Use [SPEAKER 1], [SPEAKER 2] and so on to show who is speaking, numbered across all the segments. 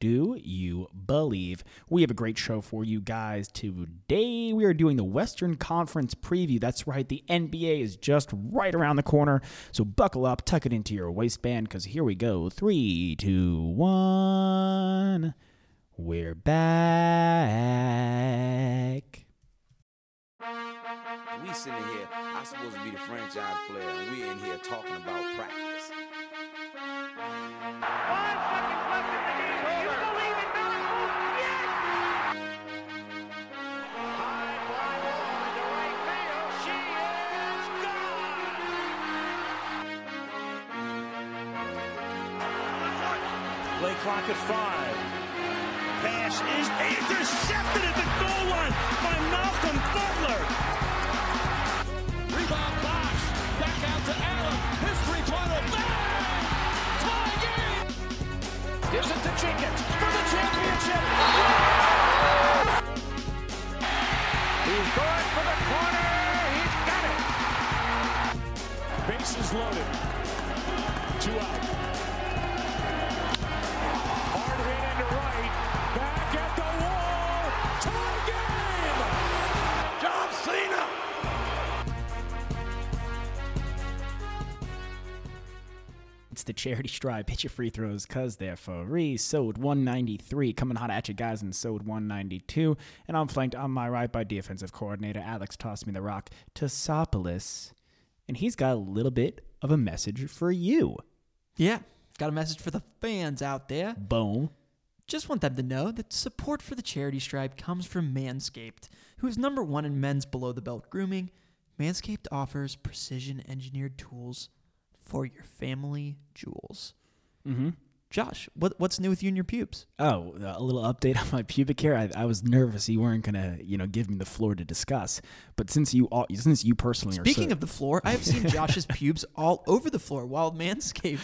[SPEAKER 1] do you believe? We have a great show for you guys today. We are doing the Western Conference preview. That's right, the NBA is just right around the corner. So buckle up, tuck it into your waistband, because here we go. Three, two, one. We're back.
[SPEAKER 2] We sitting here, I supposed to be the franchise player, and we're in here talking about practice.
[SPEAKER 3] Five seconds left in the game. Do you believe in miracles? Yes! High fly ball into right field. She is gone!
[SPEAKER 4] Play clock at five. Pass is intercepted at the goal line by Malcolm Butler. Rebound box. Back out to Allen. His three-pointer. Bang! Tie game. Gives it to Jenkins for the championship. He's going for the corner. He's got it. Base is loaded. Two out. Hard hit into right. Back at the wall. Tie game. John Cena.
[SPEAKER 1] It's the charity stripe. Hit your free throws because they're free. Sewed 193 coming hot at you guys and sewed 192. And I'm flanked on my right by defensive coordinator Alex Toss Me the Rock Tosopoulos. And he's got a little bit of a message for you.
[SPEAKER 5] Yeah. Got a message for the fans out there.
[SPEAKER 1] Boom.
[SPEAKER 5] Just want them to know that support for the charity stripe comes from Manscaped, who is number one in men's below the belt grooming. Manscaped offers precision engineered tools for your family jewels. Mm-hmm. Josh, what, what's new with you and your pubes?
[SPEAKER 1] Oh, a little update on my pubic hair. I, I was nervous you weren't gonna, you know, give me the floor to discuss. But since you, all, since you personally
[SPEAKER 5] Speaking
[SPEAKER 1] are so,
[SPEAKER 5] of the floor, I have seen Josh's pubes all over the floor while manscaped,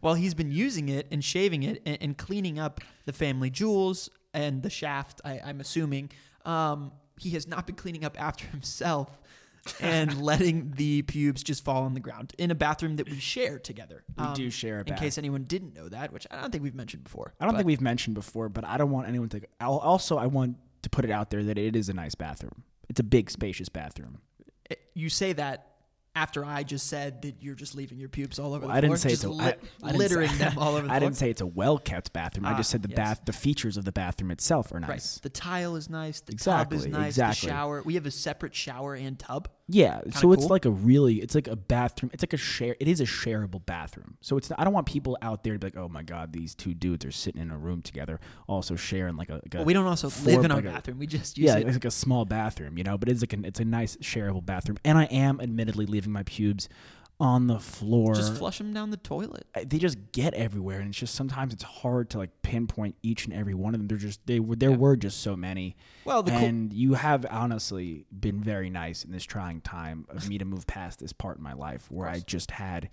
[SPEAKER 5] while he's been using it and shaving it and, and cleaning up the family jewels and the shaft. I, I'm assuming um, he has not been cleaning up after himself and letting the pubes just fall on the ground in a bathroom that we share together. We
[SPEAKER 1] do share a
[SPEAKER 5] In case
[SPEAKER 1] bath.
[SPEAKER 5] anyone didn't know that, which I don't think we've mentioned before.
[SPEAKER 1] I don't think we've mentioned before, but I don't want anyone to. I'll, also, I want to put it out there that it is a nice bathroom. It's a big, spacious bathroom.
[SPEAKER 5] we. You say that. After I just said that you're just leaving your pubes all over the
[SPEAKER 1] I didn't
[SPEAKER 5] floor,
[SPEAKER 1] say
[SPEAKER 5] just
[SPEAKER 1] it's a
[SPEAKER 5] lit-
[SPEAKER 1] I- I didn't
[SPEAKER 5] littering
[SPEAKER 1] say-
[SPEAKER 5] them all over the
[SPEAKER 1] I
[SPEAKER 5] floor.
[SPEAKER 1] didn't say it's a well kept bathroom. I
[SPEAKER 5] Ah,
[SPEAKER 1] just said the
[SPEAKER 5] yes.
[SPEAKER 1] bath, the features of the bathroom itself are
[SPEAKER 5] Right.
[SPEAKER 1] nice.
[SPEAKER 5] The tile is nice. The tub is
[SPEAKER 1] Exactly,
[SPEAKER 5] nice.
[SPEAKER 1] exactly.
[SPEAKER 5] The shower. We have a separate shower and tub.
[SPEAKER 1] Yeah, so it's
[SPEAKER 5] cool.
[SPEAKER 1] like a really, it's like a bathroom. It's like a share. It is a shareable bathroom. So it's. Not, I don't want people out there to be like, oh my god, these two dudes are sitting in a room together, also sharing like a. Like a
[SPEAKER 5] But we don't also
[SPEAKER 1] four-
[SPEAKER 5] live in our
[SPEAKER 1] like a-
[SPEAKER 5] bathroom. We just use
[SPEAKER 1] Yeah,
[SPEAKER 5] it.
[SPEAKER 1] it's like a small bathroom, you know, but it's like an, it's a nice shareable bathroom. And I am admittedly leaving my pubes on the floor.
[SPEAKER 5] Just flush them down the toilet.
[SPEAKER 1] I- they just get everywhere, and it's just sometimes it's hard to like pinpoint each and every one of them. They're just they were there were just so many.
[SPEAKER 5] Well, the cool-
[SPEAKER 1] and you have honestly been very nice in this trying time of me to move past this part in my life where I just had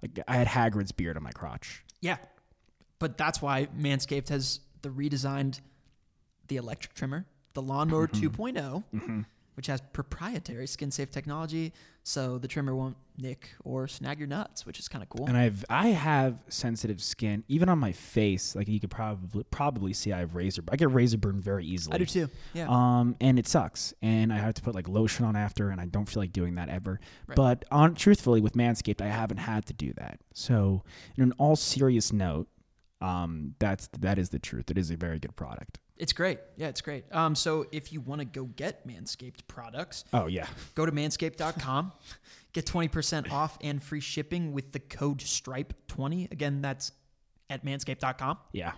[SPEAKER 1] like I had Hagrid's beard on my crotch.
[SPEAKER 5] Yeah. But that's why Manscaped has the redesigned the electric trimmer, the lawnmower
[SPEAKER 1] Mm-hmm.
[SPEAKER 5] 2.0, which has proprietary skin safe technology, so the trimmer won't nick or snag your nuts, which is kind of cool.
[SPEAKER 1] and I've I have sensitive skin, even on my face. Like you could probably probably see, I have razor. I get razor burn very easily.
[SPEAKER 5] I do too. Yeah.
[SPEAKER 1] Um, and it sucks, and I have to put like lotion on after, and I don't feel like doing that ever. But on truthfully, with Manscaped, I haven't had to do that. So, in an all serious note, um, that's that is the truth. It is a very good product.
[SPEAKER 5] it's great. Yeah, it's great. Um, so if you want to go get Manscaped products,
[SPEAKER 1] Oh yeah,
[SPEAKER 5] go to manscaped.com get 20% off and free shipping with the code stripe20 again that's at manscaped.com
[SPEAKER 1] yeah.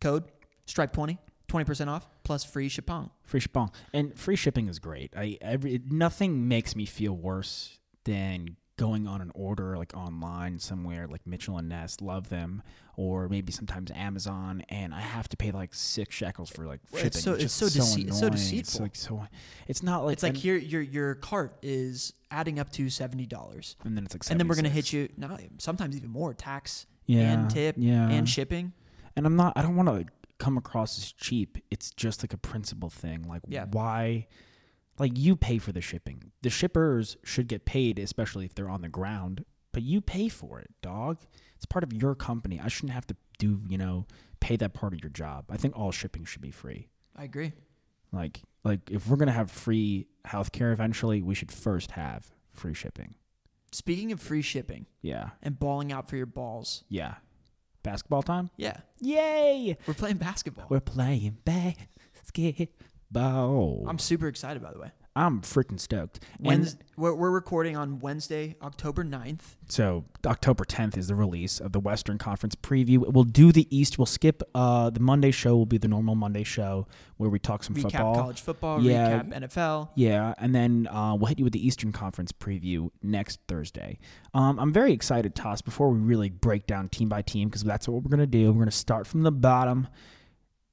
[SPEAKER 5] code stripe20 20% off plus free shipping
[SPEAKER 1] Free shipping and free shipping is great. I every nothing makes me feel worse than going on an order like online somewhere like Mitchell and Ness love them or maybe sometimes Amazon and I have to pay like 6 shekels for like
[SPEAKER 5] Right,
[SPEAKER 1] shipping
[SPEAKER 5] it's so- it's
[SPEAKER 1] just
[SPEAKER 5] so dece- it's so
[SPEAKER 1] annoying. it's
[SPEAKER 5] deceitful.
[SPEAKER 1] like so it's not like
[SPEAKER 5] It's like
[SPEAKER 1] and-
[SPEAKER 5] your your your cart is adding up to seventy dollars,
[SPEAKER 1] and then it's like
[SPEAKER 5] and then we're gonna
[SPEAKER 1] 76.
[SPEAKER 5] hit you no, sometimes even more tax
[SPEAKER 1] Yeah,
[SPEAKER 5] and tip
[SPEAKER 1] yeah.
[SPEAKER 5] and shipping.
[SPEAKER 1] and I'm not I don't want to come across as cheap. It's just like a principle thing. Like
[SPEAKER 5] Yeah.
[SPEAKER 1] why like you pay for the shipping. The shippers should get paid especially if they're on the ground, but you pay for it, dog. It's part of your company. I shouldn't have to do, you know, pay that part of your job. I think all shipping should be free.
[SPEAKER 5] I agree.
[SPEAKER 1] Like like if we're going to have free healthcare eventually, we should first have free shipping.
[SPEAKER 5] Speaking of free shipping
[SPEAKER 1] Yeah.
[SPEAKER 5] and balling out for your balls,
[SPEAKER 1] Yeah. Basketball time?
[SPEAKER 5] yeah,
[SPEAKER 1] Yay!
[SPEAKER 5] we're playing basketball.
[SPEAKER 1] We're playing basketball.
[SPEAKER 5] I'm super excited, by the way.
[SPEAKER 1] I'm freaking stoked.
[SPEAKER 5] Wednes
[SPEAKER 1] and
[SPEAKER 5] we're, we're recording on Wednesday, October 9th.
[SPEAKER 1] so October 10th is the release of the Western Conference preview. We'll do the East. We'll skip uh, the Monday show. Will be the normal Monday show where we talk some
[SPEAKER 5] Recap
[SPEAKER 1] football.
[SPEAKER 5] college football,
[SPEAKER 1] Yeah.
[SPEAKER 5] recap NFL.
[SPEAKER 1] Yeah, and then uh, we'll hit you with the Eastern Conference preview next Thursday. Um, I'm very excited, Toss, before we really break down team by team, because that's what we're going to do. We're going to start from the bottom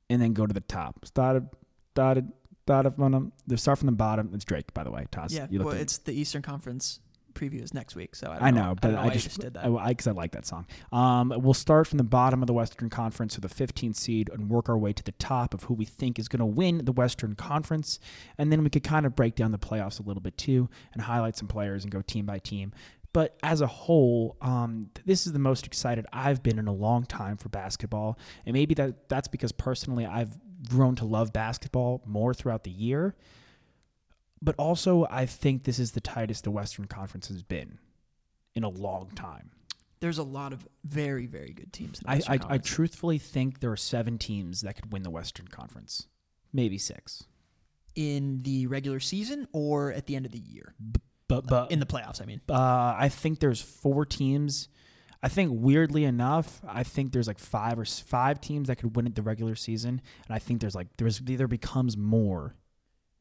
[SPEAKER 1] and then go to the top. Started, started, started from the, they start from the bottom. It's Drake, by the way, Toss.
[SPEAKER 5] Yeah,
[SPEAKER 1] you looked
[SPEAKER 5] well,
[SPEAKER 1] at-
[SPEAKER 5] it's the Eastern Conference preview is next week, so I, don't
[SPEAKER 1] I know, but
[SPEAKER 5] don't
[SPEAKER 1] I,
[SPEAKER 5] why
[SPEAKER 1] just,
[SPEAKER 5] did that.
[SPEAKER 1] I- I because I, like that song. Um, we'll start from the bottom of the Western Conference, so the 15th seed, and work our way to the top of who we think is going to win the Western Conference, and then we could kind of break down the playoffs a little bit too, and highlight some players and go team by team. But as a whole, um, th- this is the most excited I've been in a long time for basketball, and maybe that that's because personally I've grown to love basketball more throughout the year. But also, I think this is the tightest the Western Conference has been in a long time.
[SPEAKER 5] There's a lot of very, very good teams. In the
[SPEAKER 1] I,
[SPEAKER 5] Western
[SPEAKER 1] I, I
[SPEAKER 5] Conference.
[SPEAKER 1] truthfully think there are seven teams that could win the Western Conference, maybe six.
[SPEAKER 5] in the regular season or at the end of the year
[SPEAKER 1] But but
[SPEAKER 5] in the playoffs. I mean,
[SPEAKER 1] uh, I think there's four teams. I think weirdly enough, I think there's like five or s- five teams that could win it the regular season, and I think there's like there's there becomes more.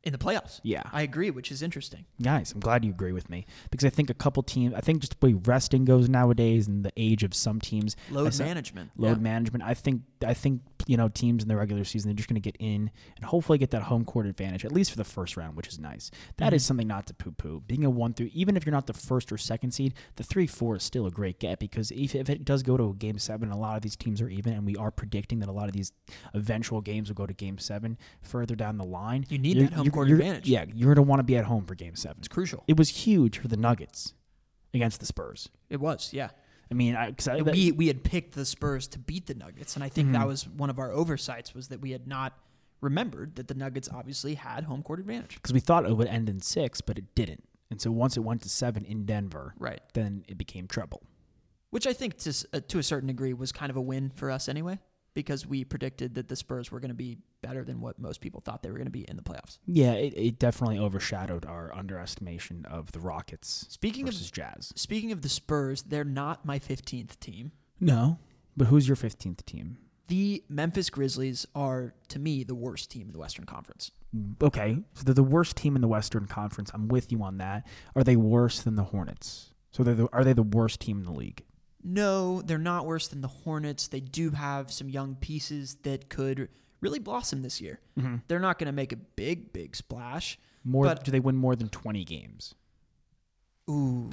[SPEAKER 5] in the playoffs.
[SPEAKER 1] Yeah.
[SPEAKER 5] I agree, which is interesting.
[SPEAKER 1] Nice. I'm glad you agree with me because I think a couple teams. I think just the way resting goes nowadays and the age of some teams.
[SPEAKER 5] Load
[SPEAKER 1] I sa-
[SPEAKER 5] management.
[SPEAKER 1] load
[SPEAKER 5] yeah.
[SPEAKER 1] management. I think I think you know teams in the regular season they're just going to get in and hopefully get that home court advantage at least for the first round, which is nice. That is
[SPEAKER 5] Mm-hmm.
[SPEAKER 1] something not to poo poo. Being a one through even if you're not the first or second seed, the three four is still a great get because if, if it does go to a game seven, a lot of these teams are even, and we are predicting that a lot of these eventual games will go to game seven further down the line.
[SPEAKER 5] You need
[SPEAKER 1] you're-
[SPEAKER 5] that home
[SPEAKER 1] you're-
[SPEAKER 5] court
[SPEAKER 1] you're-
[SPEAKER 5] advantage.
[SPEAKER 1] Yeah, you're going to want to be at home for game seven.
[SPEAKER 5] It's crucial. It,
[SPEAKER 1] It was huge for the Nuggets against the Spurs.
[SPEAKER 5] was, yeah.
[SPEAKER 1] I mean, I, cause I,
[SPEAKER 5] And we we had picked the Spurs to beat the Nuggets, and I think
[SPEAKER 1] Mm-hmm.
[SPEAKER 5] that was one of our oversights was that we had not remembered that the Nuggets obviously had home court advantage.
[SPEAKER 1] because we thought it would end in six, but it didn't. And so once it went to seven in Denver,
[SPEAKER 5] Right.
[SPEAKER 1] then it became treble.
[SPEAKER 5] Which I think to s- uh, to a certain degree was kind of a win for us anyway, because we predicted that the Spurs were going to be better than what most people thought they were going to be in the playoffs.
[SPEAKER 1] Yeah, it, it definitely overshadowed our underestimation of the Rockets.
[SPEAKER 5] Speaking of-
[SPEAKER 1] versus Jazz,
[SPEAKER 5] Speaking of the Spurs, they're not my 15th team.
[SPEAKER 1] no, but who's your fifteenth team?
[SPEAKER 5] The Memphis Grizzlies are to me the worst team in the Western Conference.
[SPEAKER 1] Okay, so they're the worst team in the Western Conference. I'm with you on that. Are they worse than the Hornets? So they're the, are they the worst team in the league?
[SPEAKER 5] No, they're not worse than the Hornets. They do have some young pieces that could really blossom this year. They're not going to make a big, big splash.
[SPEAKER 1] Mm-hmm. More
[SPEAKER 5] But-
[SPEAKER 1] do they win more than twenty games?
[SPEAKER 5] Ooh,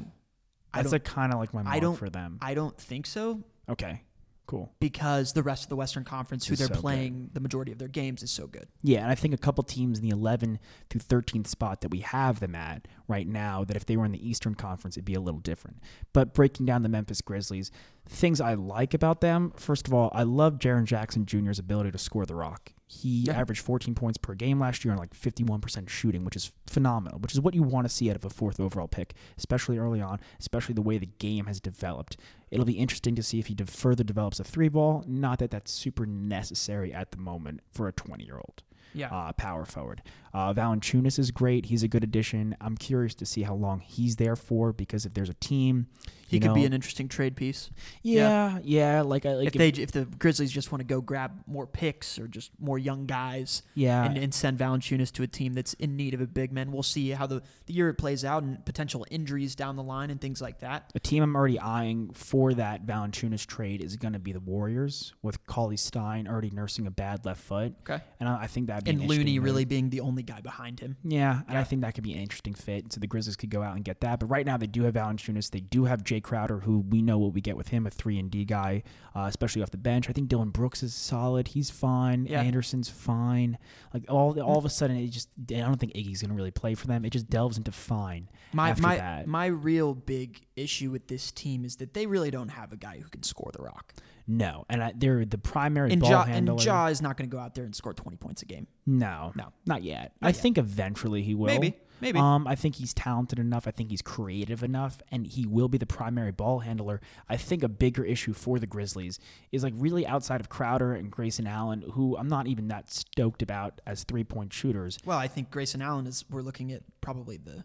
[SPEAKER 5] I
[SPEAKER 1] That's
[SPEAKER 5] don't,
[SPEAKER 1] like kind of like my mark
[SPEAKER 5] I don't
[SPEAKER 1] for them.
[SPEAKER 5] I don't think so
[SPEAKER 1] okay, cool.
[SPEAKER 5] because the rest of the Western Conference, who
[SPEAKER 1] Is
[SPEAKER 5] they're
[SPEAKER 1] so good.
[SPEAKER 5] playing the majority of their games, is so good.
[SPEAKER 1] Yeah, and I think a couple teams in the 11 through 13th spot that we have them at right now, that if they were in the Eastern Conference, it'd be a little different. But breaking down the Memphis Grizzlies, things I like about them, first of all, I love Jaron Jackson Jr.'s ability to score the rock. He
[SPEAKER 5] Yeah.
[SPEAKER 1] averaged 14 points per game last year and like 51% shooting, which is phenomenal, which is what you want to see out of a fourth overall pick, especially early on, especially the way the game has developed. It'll be interesting to see if he de- further develops a three ball. Not that that's super necessary at the moment for a 20 year old.
[SPEAKER 5] Yeah.
[SPEAKER 1] uh, power forward. Uh, Valanciunas is great. He's a good addition. I'm curious to see how long he's there for because if there's a team,
[SPEAKER 5] He
[SPEAKER 1] you
[SPEAKER 5] could be
[SPEAKER 1] know-
[SPEAKER 5] an interesting trade piece.
[SPEAKER 1] yeah, yeah, like I like
[SPEAKER 5] If they if the Grizzlies just want to go grab more picks or just more young guys,
[SPEAKER 1] Yeah.
[SPEAKER 5] and, and send Valanciunas to a team that's in need of a big man, we'll see how the, the year it plays out and potential injuries down the line and things like that.
[SPEAKER 1] a team I'm already eyeing for that Valanciunas trade is going to be the Warriors with Cauley Stein already nursing a bad left foot.
[SPEAKER 5] Okay.
[SPEAKER 1] and I, I think that'd be an
[SPEAKER 5] And
[SPEAKER 1] interesting
[SPEAKER 5] Looney
[SPEAKER 1] move.
[SPEAKER 5] really being the only guy behind him.
[SPEAKER 1] Yeah, and I think that could be an interesting fit. So the Grizzlies could go out and get that. But right now they do have Valanciunas. They do have Jay Crowder, who we know what we get with him, a three and D guy, uh, especially off the bench. I think Dylan Brooks is solid. He's fine.
[SPEAKER 5] Yeah.
[SPEAKER 1] Anderson's fine. Like all all of a sudden, it just I don't think Iggy's gonna really play for them. It just delves into fine
[SPEAKER 5] My
[SPEAKER 1] after
[SPEAKER 5] my
[SPEAKER 1] that.
[SPEAKER 5] my real big issue with this team is that they really don't have a guy who can score the rock.
[SPEAKER 1] no, and I, they're the primary
[SPEAKER 5] And
[SPEAKER 1] ball
[SPEAKER 5] Ja,
[SPEAKER 1] handler.
[SPEAKER 5] and Ja is not going to go out there and score 20 points a game.
[SPEAKER 1] No,
[SPEAKER 5] No.
[SPEAKER 1] not yet. I think eventually he will.
[SPEAKER 5] Maybe, maybe.
[SPEAKER 1] Um, I think he's talented enough. I think he's creative enough, and he will be the primary ball handler. I think a bigger issue for the Grizzlies is like really outside of Crowder and Grayson Allen, who I'm not even that stoked about as three point shooters.
[SPEAKER 5] Well, I think Grayson Allen is we're looking at probably the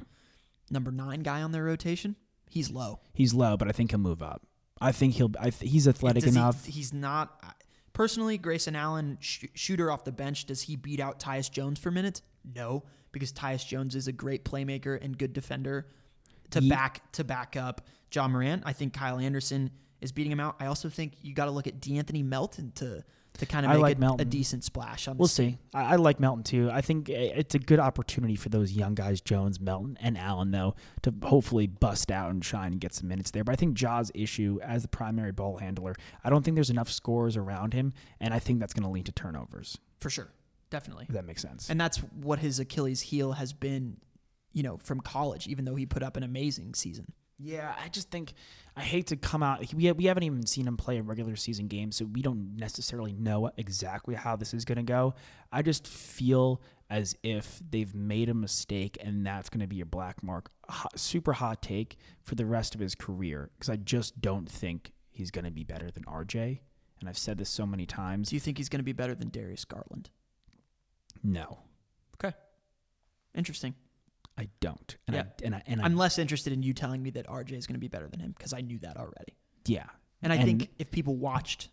[SPEAKER 5] number 9 guy on their rotation. He's low.
[SPEAKER 1] He's low, but I think he'll move up. I think he'll. I th- he's athletic
[SPEAKER 5] Does he-
[SPEAKER 1] enough.
[SPEAKER 5] he's not I- personally Grayson Allen sh- shooter off the bench. Does he beat out Tyus Jones for minutes? No, because Tyus Jones is a great playmaker and good defender to
[SPEAKER 1] Ye-
[SPEAKER 5] back to back up John Moran. I think Kyle Anderson is beating him out. I also think you got to look at D'Anthony Melton to to kind of
[SPEAKER 1] I
[SPEAKER 5] make
[SPEAKER 1] like
[SPEAKER 5] a- a,
[SPEAKER 1] Melton.
[SPEAKER 5] decent splash. On
[SPEAKER 1] We'll
[SPEAKER 5] this.
[SPEAKER 1] see. I, I like Melton too. I think i- it's a good opportunity for those young guys, Jones, Melton, and Allen, though, to hopefully bust out and shine and get some minutes there. But I think Jaws' issue as the primary ball handler, I don't think there's enough scores around him, and I think that's going to lead to turnovers.
[SPEAKER 5] for sure, definitely.
[SPEAKER 1] If that makes sense.
[SPEAKER 5] And that's what his Achilles heel has been, you know, from college. Even though he put up an amazing season.
[SPEAKER 1] Yeah, I just think I hate to come out. We, we haven't even seen him play a regular season game, so we don't necessarily know exactly how this is going to go. I just feel as if they've made a mistake, and that's going to be a black mark, a hot, super hot take for the rest of his career because I just don't think he's going to be better than RJ. And I've said this so many times.
[SPEAKER 5] Do you think he's going to be better than Darius Garland?
[SPEAKER 1] No,
[SPEAKER 5] Okay. Interesting.
[SPEAKER 1] I don't. And
[SPEAKER 5] Yeah.
[SPEAKER 1] I and I and I,
[SPEAKER 5] I'm less interested in you telling me that RJ is going to be better than him because I knew that already.
[SPEAKER 1] yeah.
[SPEAKER 5] And I think if people watched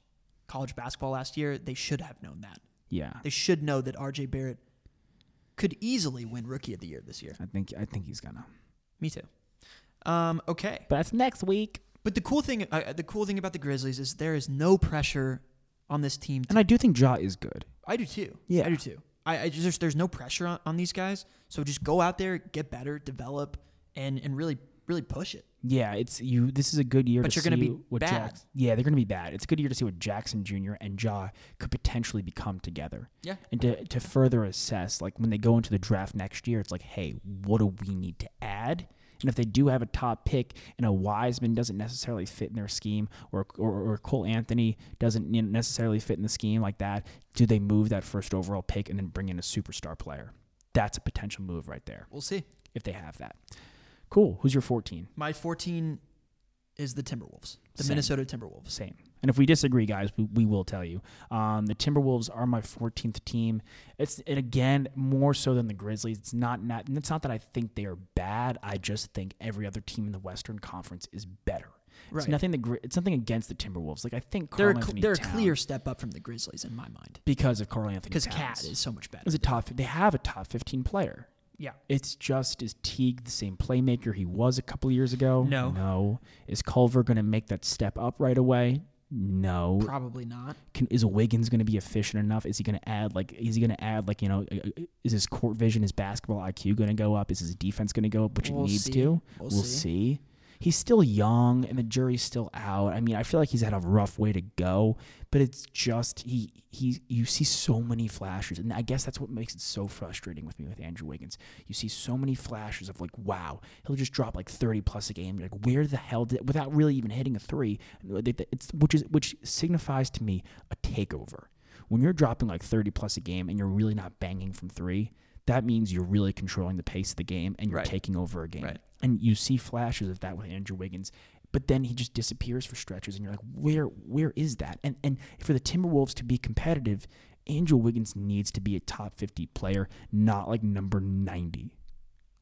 [SPEAKER 5] college basketball last year, they should have known that.
[SPEAKER 1] yeah.
[SPEAKER 5] They should know that RJ Barrett could easily win Rookie of the Year this year.
[SPEAKER 1] I think I think he's gonna.
[SPEAKER 5] Me too. Um, okay.
[SPEAKER 1] But that's next week.
[SPEAKER 5] But the cool thing, uh, the cool thing about the Grizzlies is there is no pressure on this team. To,
[SPEAKER 1] And I do think Ja is good.
[SPEAKER 5] I do too.
[SPEAKER 1] Yeah.
[SPEAKER 5] I do too. I, I just there's, there's no pressure on, on these guys, so just go out there, get better, develop, and and really really push it.
[SPEAKER 1] Yeah, it's you. This is a good year.
[SPEAKER 5] But
[SPEAKER 1] to
[SPEAKER 5] you're gonna
[SPEAKER 1] see
[SPEAKER 5] be
[SPEAKER 1] what
[SPEAKER 5] bad.
[SPEAKER 1] Jackson, yeah, they're going to be bad. It's a good year to see what Jackson Jr. and Ja could potentially become together.
[SPEAKER 5] Yeah.
[SPEAKER 1] and to to further assess, like when they go into the draft next year, it's like, hey, what do we need to add? And if they do have a top pick and a Wiseman doesn't necessarily fit in their scheme, or or, or Cole Anthony doesn't you know, necessarily fit in the scheme like that, do they move that first overall pick and then bring in a superstar player? That's a potential move right there
[SPEAKER 5] We'll see.
[SPEAKER 1] if they have that. Cool. Who's your 14?
[SPEAKER 5] My 14 is the Timberwolves, the
[SPEAKER 1] Same.
[SPEAKER 5] Minnesota Timberwolves.
[SPEAKER 1] same. And if we disagree, guys, we, we will tell you. Um, the Timberwolves are my 14th team. It's and again more so than the Grizzlies. It's not not. and It's not that I think they are bad. I just think every other team in the Western Conference is better. It's
[SPEAKER 5] Right.
[SPEAKER 1] nothing. The Gri- it's nothing against the Timberwolves. Like I think
[SPEAKER 5] They're
[SPEAKER 1] Carl
[SPEAKER 5] a, cl-
[SPEAKER 1] Anthony
[SPEAKER 5] they're a
[SPEAKER 1] Towns-
[SPEAKER 5] clear step up from the Grizzlies in my mind
[SPEAKER 1] because of Carl Anthony
[SPEAKER 5] because
[SPEAKER 1] Towns.
[SPEAKER 5] Cat is so much better.
[SPEAKER 1] is a top. They have a top 15 player.
[SPEAKER 5] Yeah.
[SPEAKER 1] It's just is Teague the same playmaker he was a couple years ago?
[SPEAKER 5] No.
[SPEAKER 1] No. Is Culver going to make that step up right away? No.
[SPEAKER 5] Probably not.
[SPEAKER 1] Can, is Wiggins going to be efficient enough? Is he going to add like? Is he going to add like? You know, uh, is his court vision, his basketball IQ going to go up? Is his defense going to go up? Which
[SPEAKER 5] We'll
[SPEAKER 1] it needs
[SPEAKER 5] see.
[SPEAKER 1] to.
[SPEAKER 5] We'll
[SPEAKER 1] see. He's still young, and the jury's still out. I mean, I feel like he's had a rough way to go, but it's just he he. You see so many flashes, and I guess that's what makes it so frustrating with me with Andrew Wiggins. You see so many flashes of like, wow, he'll just drop like thirty plus a game. You're Like, where the hell did without really even hitting a three? It's which is which signifies to me a takeover. When you're dropping like thirty plus a game and you're really not banging from three, that means you're really controlling the pace of the game and you're
[SPEAKER 5] Right.
[SPEAKER 1] taking over a game.
[SPEAKER 5] Right.
[SPEAKER 1] And you see flashes of that with Andrew Wiggins, but then he just disappears for stretches, and you're like, where where is that? And and for the Timberwolves to be competitive Angel Wiggins needs to be a top 50 player, not like number 90.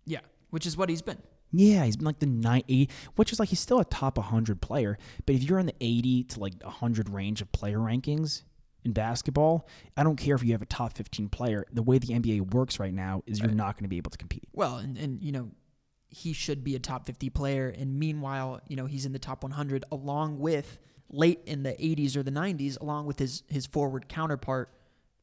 [SPEAKER 5] Yeah, which is what he's been.
[SPEAKER 1] Yeah, he's been like the 90, which is like he's still a top 100 player. But if you're in the 80 to like 100 range of player rankings in basketball, I don't care if you have a top 15 player. The way the NBA works right now is you're not going to be able to compete.
[SPEAKER 5] Well, and, and you know, he should be a top 50 player. And meanwhile, you know, he's in the top 100 along with late in the 80s or the 90s, along with his his forward counterpart,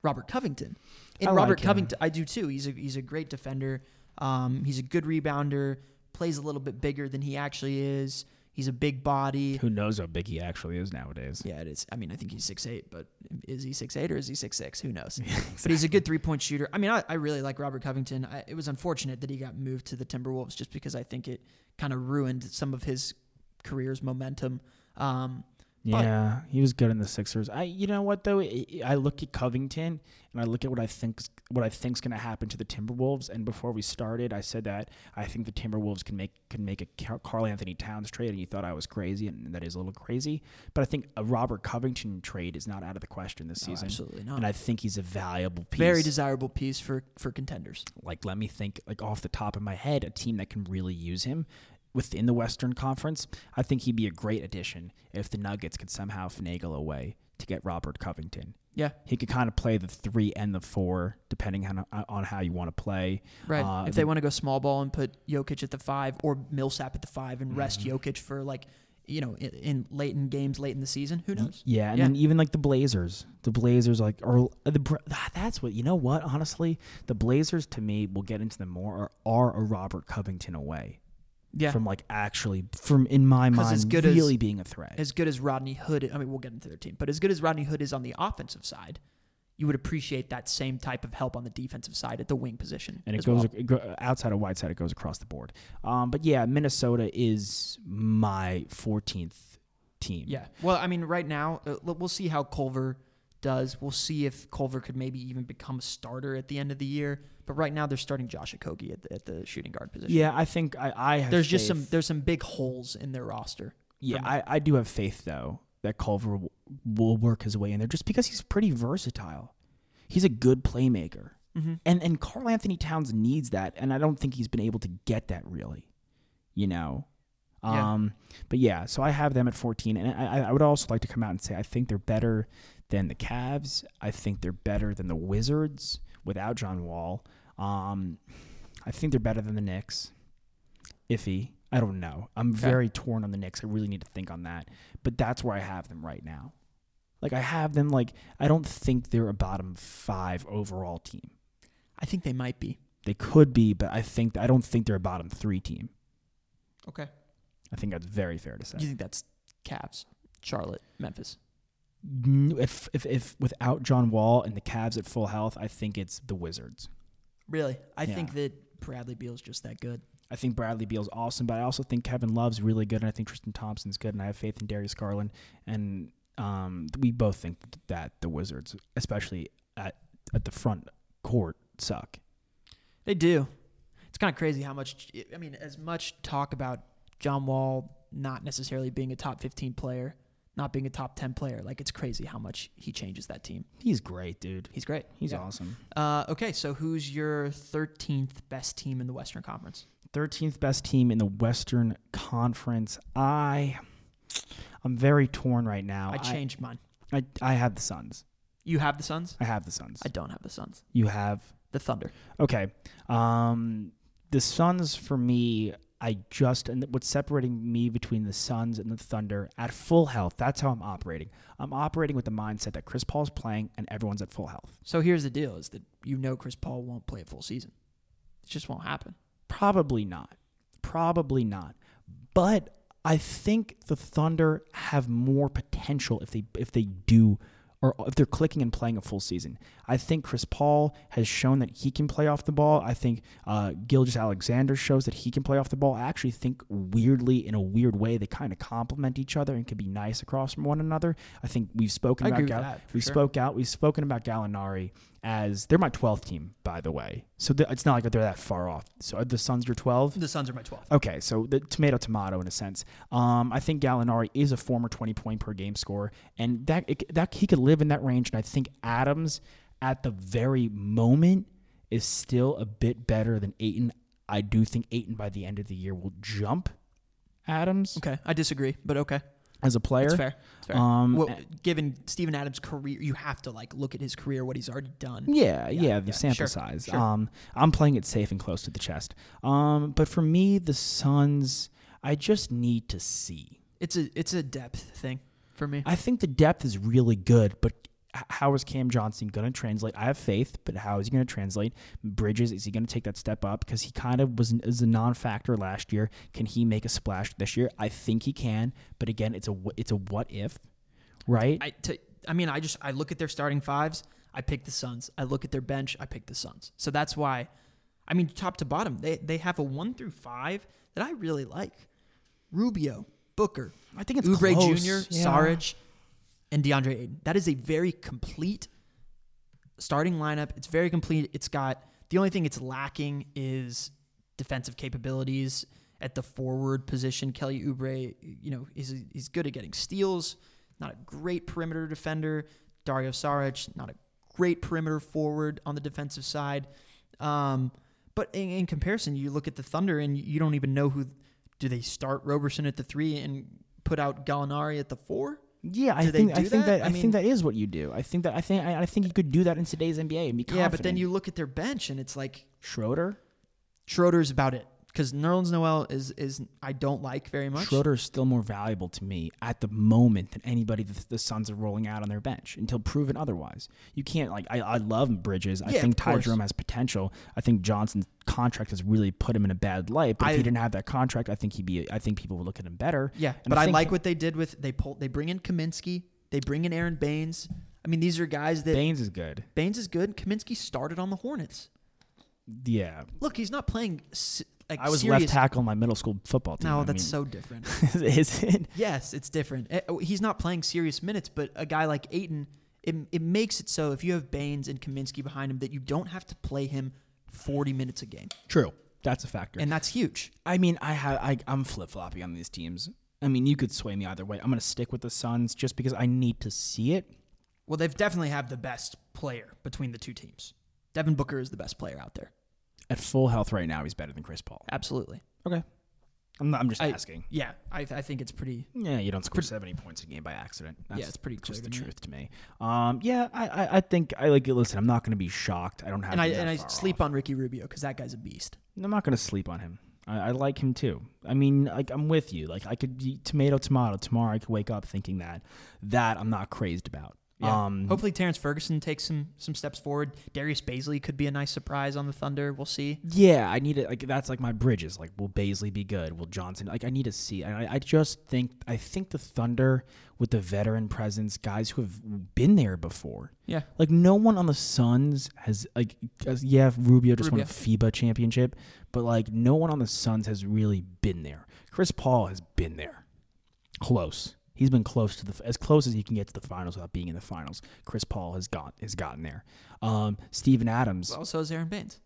[SPEAKER 5] Robert Covington. And
[SPEAKER 1] I like
[SPEAKER 5] Robert
[SPEAKER 1] him.
[SPEAKER 5] Covington, I do too. He's a he's a great defender. Um, he's a good rebounder. Plays a little bit bigger than he actually is. He's a big body.
[SPEAKER 1] Who knows how big he actually is nowadays?
[SPEAKER 5] Yeah, it is. I mean, I think he's six eight, but is he six eight or is he six six? Who knows? But he's a good three point shooter. I mean, I, I really like Robert Covington. I, it was unfortunate that he got moved to the Timberwolves just because I think it kind of ruined some of his career's momentum. Um, but-
[SPEAKER 1] Yeah, he was good in the Sixers. I, you know what though, I I look at Covington and I look at what I think what I think's going to happen to the Timberwolves. And before we started, I said that I think the Timberwolves can make can make a Car- Carl Anthony Towns trade, and you thought I was crazy, and that is a little crazy. But I think a Robert Covington trade is not out of the question this season.
[SPEAKER 5] absolutely not.
[SPEAKER 1] And I think he's a valuable piece.
[SPEAKER 5] very desirable piece for for contenders.
[SPEAKER 1] like let me think like off the top of my head a team that can really use him within the western conference i think he'd be a great addition if the nuggets could somehow finagle a way to get robert covington
[SPEAKER 5] Yeah,
[SPEAKER 1] he could kind of play the three and the four depending on, on how you want to play
[SPEAKER 5] right.
[SPEAKER 1] Uh,
[SPEAKER 5] if they want to go small ball and put Jokic at the five or Millsap at the five and rest Jokic for like you know in, in late in games, late in the season, who knows?
[SPEAKER 1] Yeah, and
[SPEAKER 5] Yeah.
[SPEAKER 1] then even like the Blazers, the Blazers like or the Bra- ah, that's what you know what honestly, the Blazers to me we'll get into them more are, are a Robert Covington away
[SPEAKER 5] Yeah,
[SPEAKER 1] from like actually from in my
[SPEAKER 5] 'Cause
[SPEAKER 1] mind
[SPEAKER 5] as good as-
[SPEAKER 1] really being a threat.
[SPEAKER 5] as good as Rodney Hood, I mean, we'll get into their team, but as good as Rodney Hood is on the offensive side, you would appreciate that same type of help on the defensive side at the wing position.
[SPEAKER 1] and it
[SPEAKER 5] as
[SPEAKER 1] goes
[SPEAKER 5] well.
[SPEAKER 1] it go, outside of Whiteside. It goes across the board. Um, but yeah, Minnesota is my 14th team.
[SPEAKER 5] Yeah. Well, I mean, right now, uh, l- we'll see how Culver does. We'll see if Culver could maybe even become a starter at the end of the year. But right now, they're starting Josh Okogie at the, at the shooting guard position.
[SPEAKER 1] yeah. I think I, I have
[SPEAKER 5] There's just some
[SPEAKER 1] faith-
[SPEAKER 5] there's some big holes in their roster.
[SPEAKER 1] yeah. I, I do have faith though that Culver w- will work his way in there just because he's pretty versatile. He's a good playmaker, and and Carl Anthony Towns needs that, and I don't think he's been able to get that really. You know.
[SPEAKER 5] Yeah.
[SPEAKER 1] Um, but yeah, so I have them at 14, and I, I- I would also like to come out and say I think they're better than the Cavs. I think they're better than the Wizards without John Wall. Um, I think they're better than the Knicks. Iffy. I don't know. I'm very torn on the Knicks. I really need to think on that. But that's where I have them right now. Like I have them. Like I don't think they're a bottom five overall team.
[SPEAKER 5] I think they might be.
[SPEAKER 1] They could be, but I think I don't think they're a bottom three team.
[SPEAKER 5] Okay.
[SPEAKER 1] I think that's very fair to say.
[SPEAKER 5] Do you think that's Cavs, Charlotte, Memphis?
[SPEAKER 1] Mm, if, if, if without John Wall and the Cavs at full health, I think it's the Wizards.
[SPEAKER 5] Really? I
[SPEAKER 1] Yeah.
[SPEAKER 5] think that Bradley Beal's just that good.
[SPEAKER 1] I think Bradley Beal's awesome, but I also think Kevin Love's really good, and I think Tristan Thompson's good, and I have faith in Darius Garland, and um, we both think that the Wizards, especially at at the front court, suck.
[SPEAKER 5] They do. It's kind of crazy how much. I mean, as much talk about John Wall not necessarily being a top 15 player, not being a top 10 player. Like it's crazy how much he changes that team.
[SPEAKER 1] He's great, dude.
[SPEAKER 5] He's great.
[SPEAKER 1] He's
[SPEAKER 5] Yeah.
[SPEAKER 1] awesome.
[SPEAKER 5] Uh, okay, so who's your 13th best team in the Western Conference?
[SPEAKER 1] Thirteenth best team in the Western Conference. I, I'm very torn right now.
[SPEAKER 5] I changed mine.
[SPEAKER 1] I, I have the Suns.
[SPEAKER 5] You have the Suns.
[SPEAKER 1] I have the Suns.
[SPEAKER 5] I don't have the Suns.
[SPEAKER 1] you have
[SPEAKER 5] The Thunder.
[SPEAKER 1] Okay. Um, the Suns for me, I just and what's separating me between the Suns and the Thunder at full health. That's how I'm operating. I'm operating with the mindset that Chris Paul's playing and everyone's at full health.
[SPEAKER 5] So here's the deal: is that you know Chris Paul won't play a full season. It just won't happen.
[SPEAKER 1] Probably not. Probably not. But I think the Thunder have more potential if they if they do or if they're clicking and playing a full season. I think Chris Paul has shown that he can play off the ball. I think uh, Gilgis Alexander shows that he can play off the ball. I actually think weirdly, in a weird way, they kind of complement each other and can be nice across from one another. I think we've spoken
[SPEAKER 5] I
[SPEAKER 1] about
[SPEAKER 5] agree with
[SPEAKER 1] Gal-
[SPEAKER 5] that, for
[SPEAKER 1] we
[SPEAKER 5] sure.
[SPEAKER 1] spoke out we've spoken about Gallinari as they're my 12th team by the way. So th- it's not like they're that far off. So are the Suns your 12?
[SPEAKER 5] The Suns are my 12th.
[SPEAKER 1] Okay, so the tomato tomato in a sense. Um, I think Gallinari is a former twenty point per game scorer, and that it, that he could live in that range. And I think Adams at the very moment is still a bit better than Aiton. I do think Aiton by the end of the year will jump Adams
[SPEAKER 5] Okay, I disagree, but okay,
[SPEAKER 1] as a player.
[SPEAKER 5] it's fair. It's fair.
[SPEAKER 1] Um,
[SPEAKER 5] Well, given Steven Adams' career, you have to like look at his career, what he's already done.
[SPEAKER 1] Yeah, yeah, the
[SPEAKER 5] yeah,
[SPEAKER 1] sample
[SPEAKER 5] sure,
[SPEAKER 1] size.
[SPEAKER 5] sure.
[SPEAKER 1] Um, I'm playing it safe and close to the chest. Um, but for me, the Suns, I just need to see.
[SPEAKER 5] It's a it's a depth thing for me.
[SPEAKER 1] I think the depth is really good, but h- how is Cam Johnson going to translate? I have faith, but how is he going to translate? Bridges, is he going to take that step up? Because he kind of was is a non-factor last year. Can he make a splash this year? I think he can, but again, it's a wh- it's a what if, right?
[SPEAKER 5] I to- I mean, I just I look at their starting fives, I pick the Suns. I look at their bench, I pick the Suns. So that's why, I mean, top to bottom, they they have a one through five that I really like. Rubio, Booker,
[SPEAKER 1] I think it's
[SPEAKER 5] Oubre
[SPEAKER 1] close,
[SPEAKER 5] Jr.,
[SPEAKER 1] yeah.
[SPEAKER 5] Saric, and DeAndre Ayton. That is a very complete starting lineup. It's very complete. It's got the only thing it's lacking is defensive capabilities at the forward position. Kelly Oubre, you know, he's he's good at getting steals. Not a great perimeter defender. Dario Saric, not a great perimeter forward on the defensive side. Um, but in, in comparison, you look at the Thunder and you don't even know who. Do they start Roberson at the three and put out Gallinari at the four?
[SPEAKER 1] Yeah, I
[SPEAKER 5] Do they
[SPEAKER 1] think I
[SPEAKER 5] do
[SPEAKER 1] think
[SPEAKER 5] that?
[SPEAKER 1] that
[SPEAKER 5] I
[SPEAKER 1] I,
[SPEAKER 5] mean-
[SPEAKER 1] think that is what you do. I think that I think I, I think you could do that in today's NBA and be confident.
[SPEAKER 5] Yeah, but then you look at their bench and it's like
[SPEAKER 1] Schroeder.
[SPEAKER 5] Schroeder's about it because Nerlens Noel is is I don't like very much.
[SPEAKER 1] Schroeder is still more valuable to me at the moment than anybody that the Suns are rolling out on their bench until proven otherwise. You can't like I, I love Bridges. I
[SPEAKER 5] Yeah,
[SPEAKER 1] think
[SPEAKER 5] of
[SPEAKER 1] Ty
[SPEAKER 5] course.
[SPEAKER 1] Jerome has potential. I think Johnson's contract has really put him in a bad light. But
[SPEAKER 5] I-
[SPEAKER 1] if he didn't have that contract, I think he'd be. I think people would look at him better.
[SPEAKER 5] Yeah,
[SPEAKER 1] And
[SPEAKER 5] but I,
[SPEAKER 1] think-
[SPEAKER 5] like what they did with they pull they bring in Kaminsky, they bring in Aaron Baines. I mean, these are guys that Baines,
[SPEAKER 1] Baines is good.
[SPEAKER 5] is good. Kaminsky started on the Hornets.
[SPEAKER 1] Yeah,
[SPEAKER 5] Look, he's not playing s- like
[SPEAKER 1] I was
[SPEAKER 5] serious.
[SPEAKER 1] left tackle on my middle school football team.
[SPEAKER 5] No,
[SPEAKER 1] I
[SPEAKER 5] that's
[SPEAKER 1] mean,
[SPEAKER 5] so different.
[SPEAKER 1] is it?
[SPEAKER 5] yes, it's different. Eh, oh, He's not playing serious minutes, but a guy like Aiton, it, it makes it so if you have Baines and Kaminsky behind him that you don't have to play him 40 minutes a game.
[SPEAKER 1] True. That's a factor.
[SPEAKER 5] And that's huge.
[SPEAKER 1] I mean, I have I, I'm flip flopping on these teams. I mean, you could sway me either way. I'm gonna stick with the Suns just because I need to see it.
[SPEAKER 5] Well, they've definitely have the best player between the two teams. Devin Booker is the best player out there.
[SPEAKER 1] At full health right now, he's better than Chris Paul.
[SPEAKER 5] Absolutely.
[SPEAKER 1] Okay, I'm not, I'm just
[SPEAKER 5] I-
[SPEAKER 1] asking.
[SPEAKER 5] Yeah, I, I think it's pretty.
[SPEAKER 1] Yeah, you don't score 70 points a game by accident. That's
[SPEAKER 5] it's pretty
[SPEAKER 1] just the
[SPEAKER 5] clear to me.
[SPEAKER 1] truth to me. Um, yeah, I, I, I think I like. Listen, I'm not gonna be shocked. I don't have.
[SPEAKER 5] And I
[SPEAKER 1] to be that
[SPEAKER 5] and I
[SPEAKER 1] far
[SPEAKER 5] sleep
[SPEAKER 1] off.
[SPEAKER 5] on Ricky Rubio because that guy's a beast.
[SPEAKER 1] I'm not gonna sleep on him. I, I like him too. I mean, like I'm with you. Like I could be tomato tomato tomorrow. I could wake up thinking that that I'm not crazed about. Um,
[SPEAKER 5] Hopefully, Terrence Ferguson takes some some steps forward. Darius Baisley could be a nice surprise on the Thunder. We'll see.
[SPEAKER 1] Yeah, I need it. Like that's like my bridges. Like, will Baisley be good? Will Johnson? Like, I need to see. And I, I just think I think the Thunder with the veteran presence, guys who have been there before.
[SPEAKER 5] Yeah.
[SPEAKER 1] Like no one on the Suns has like as- yeah Rubio just won a
[SPEAKER 5] Rubio.
[SPEAKER 1] FIBA championship, but like no one on the Suns has really been there. Chris Paul has been there, close. He's been close to the as close as he can get to the finals without being in the finals. Chris Paul has got has gotten there. Um, Steven Adams.
[SPEAKER 5] Well, so is Aaron Baines.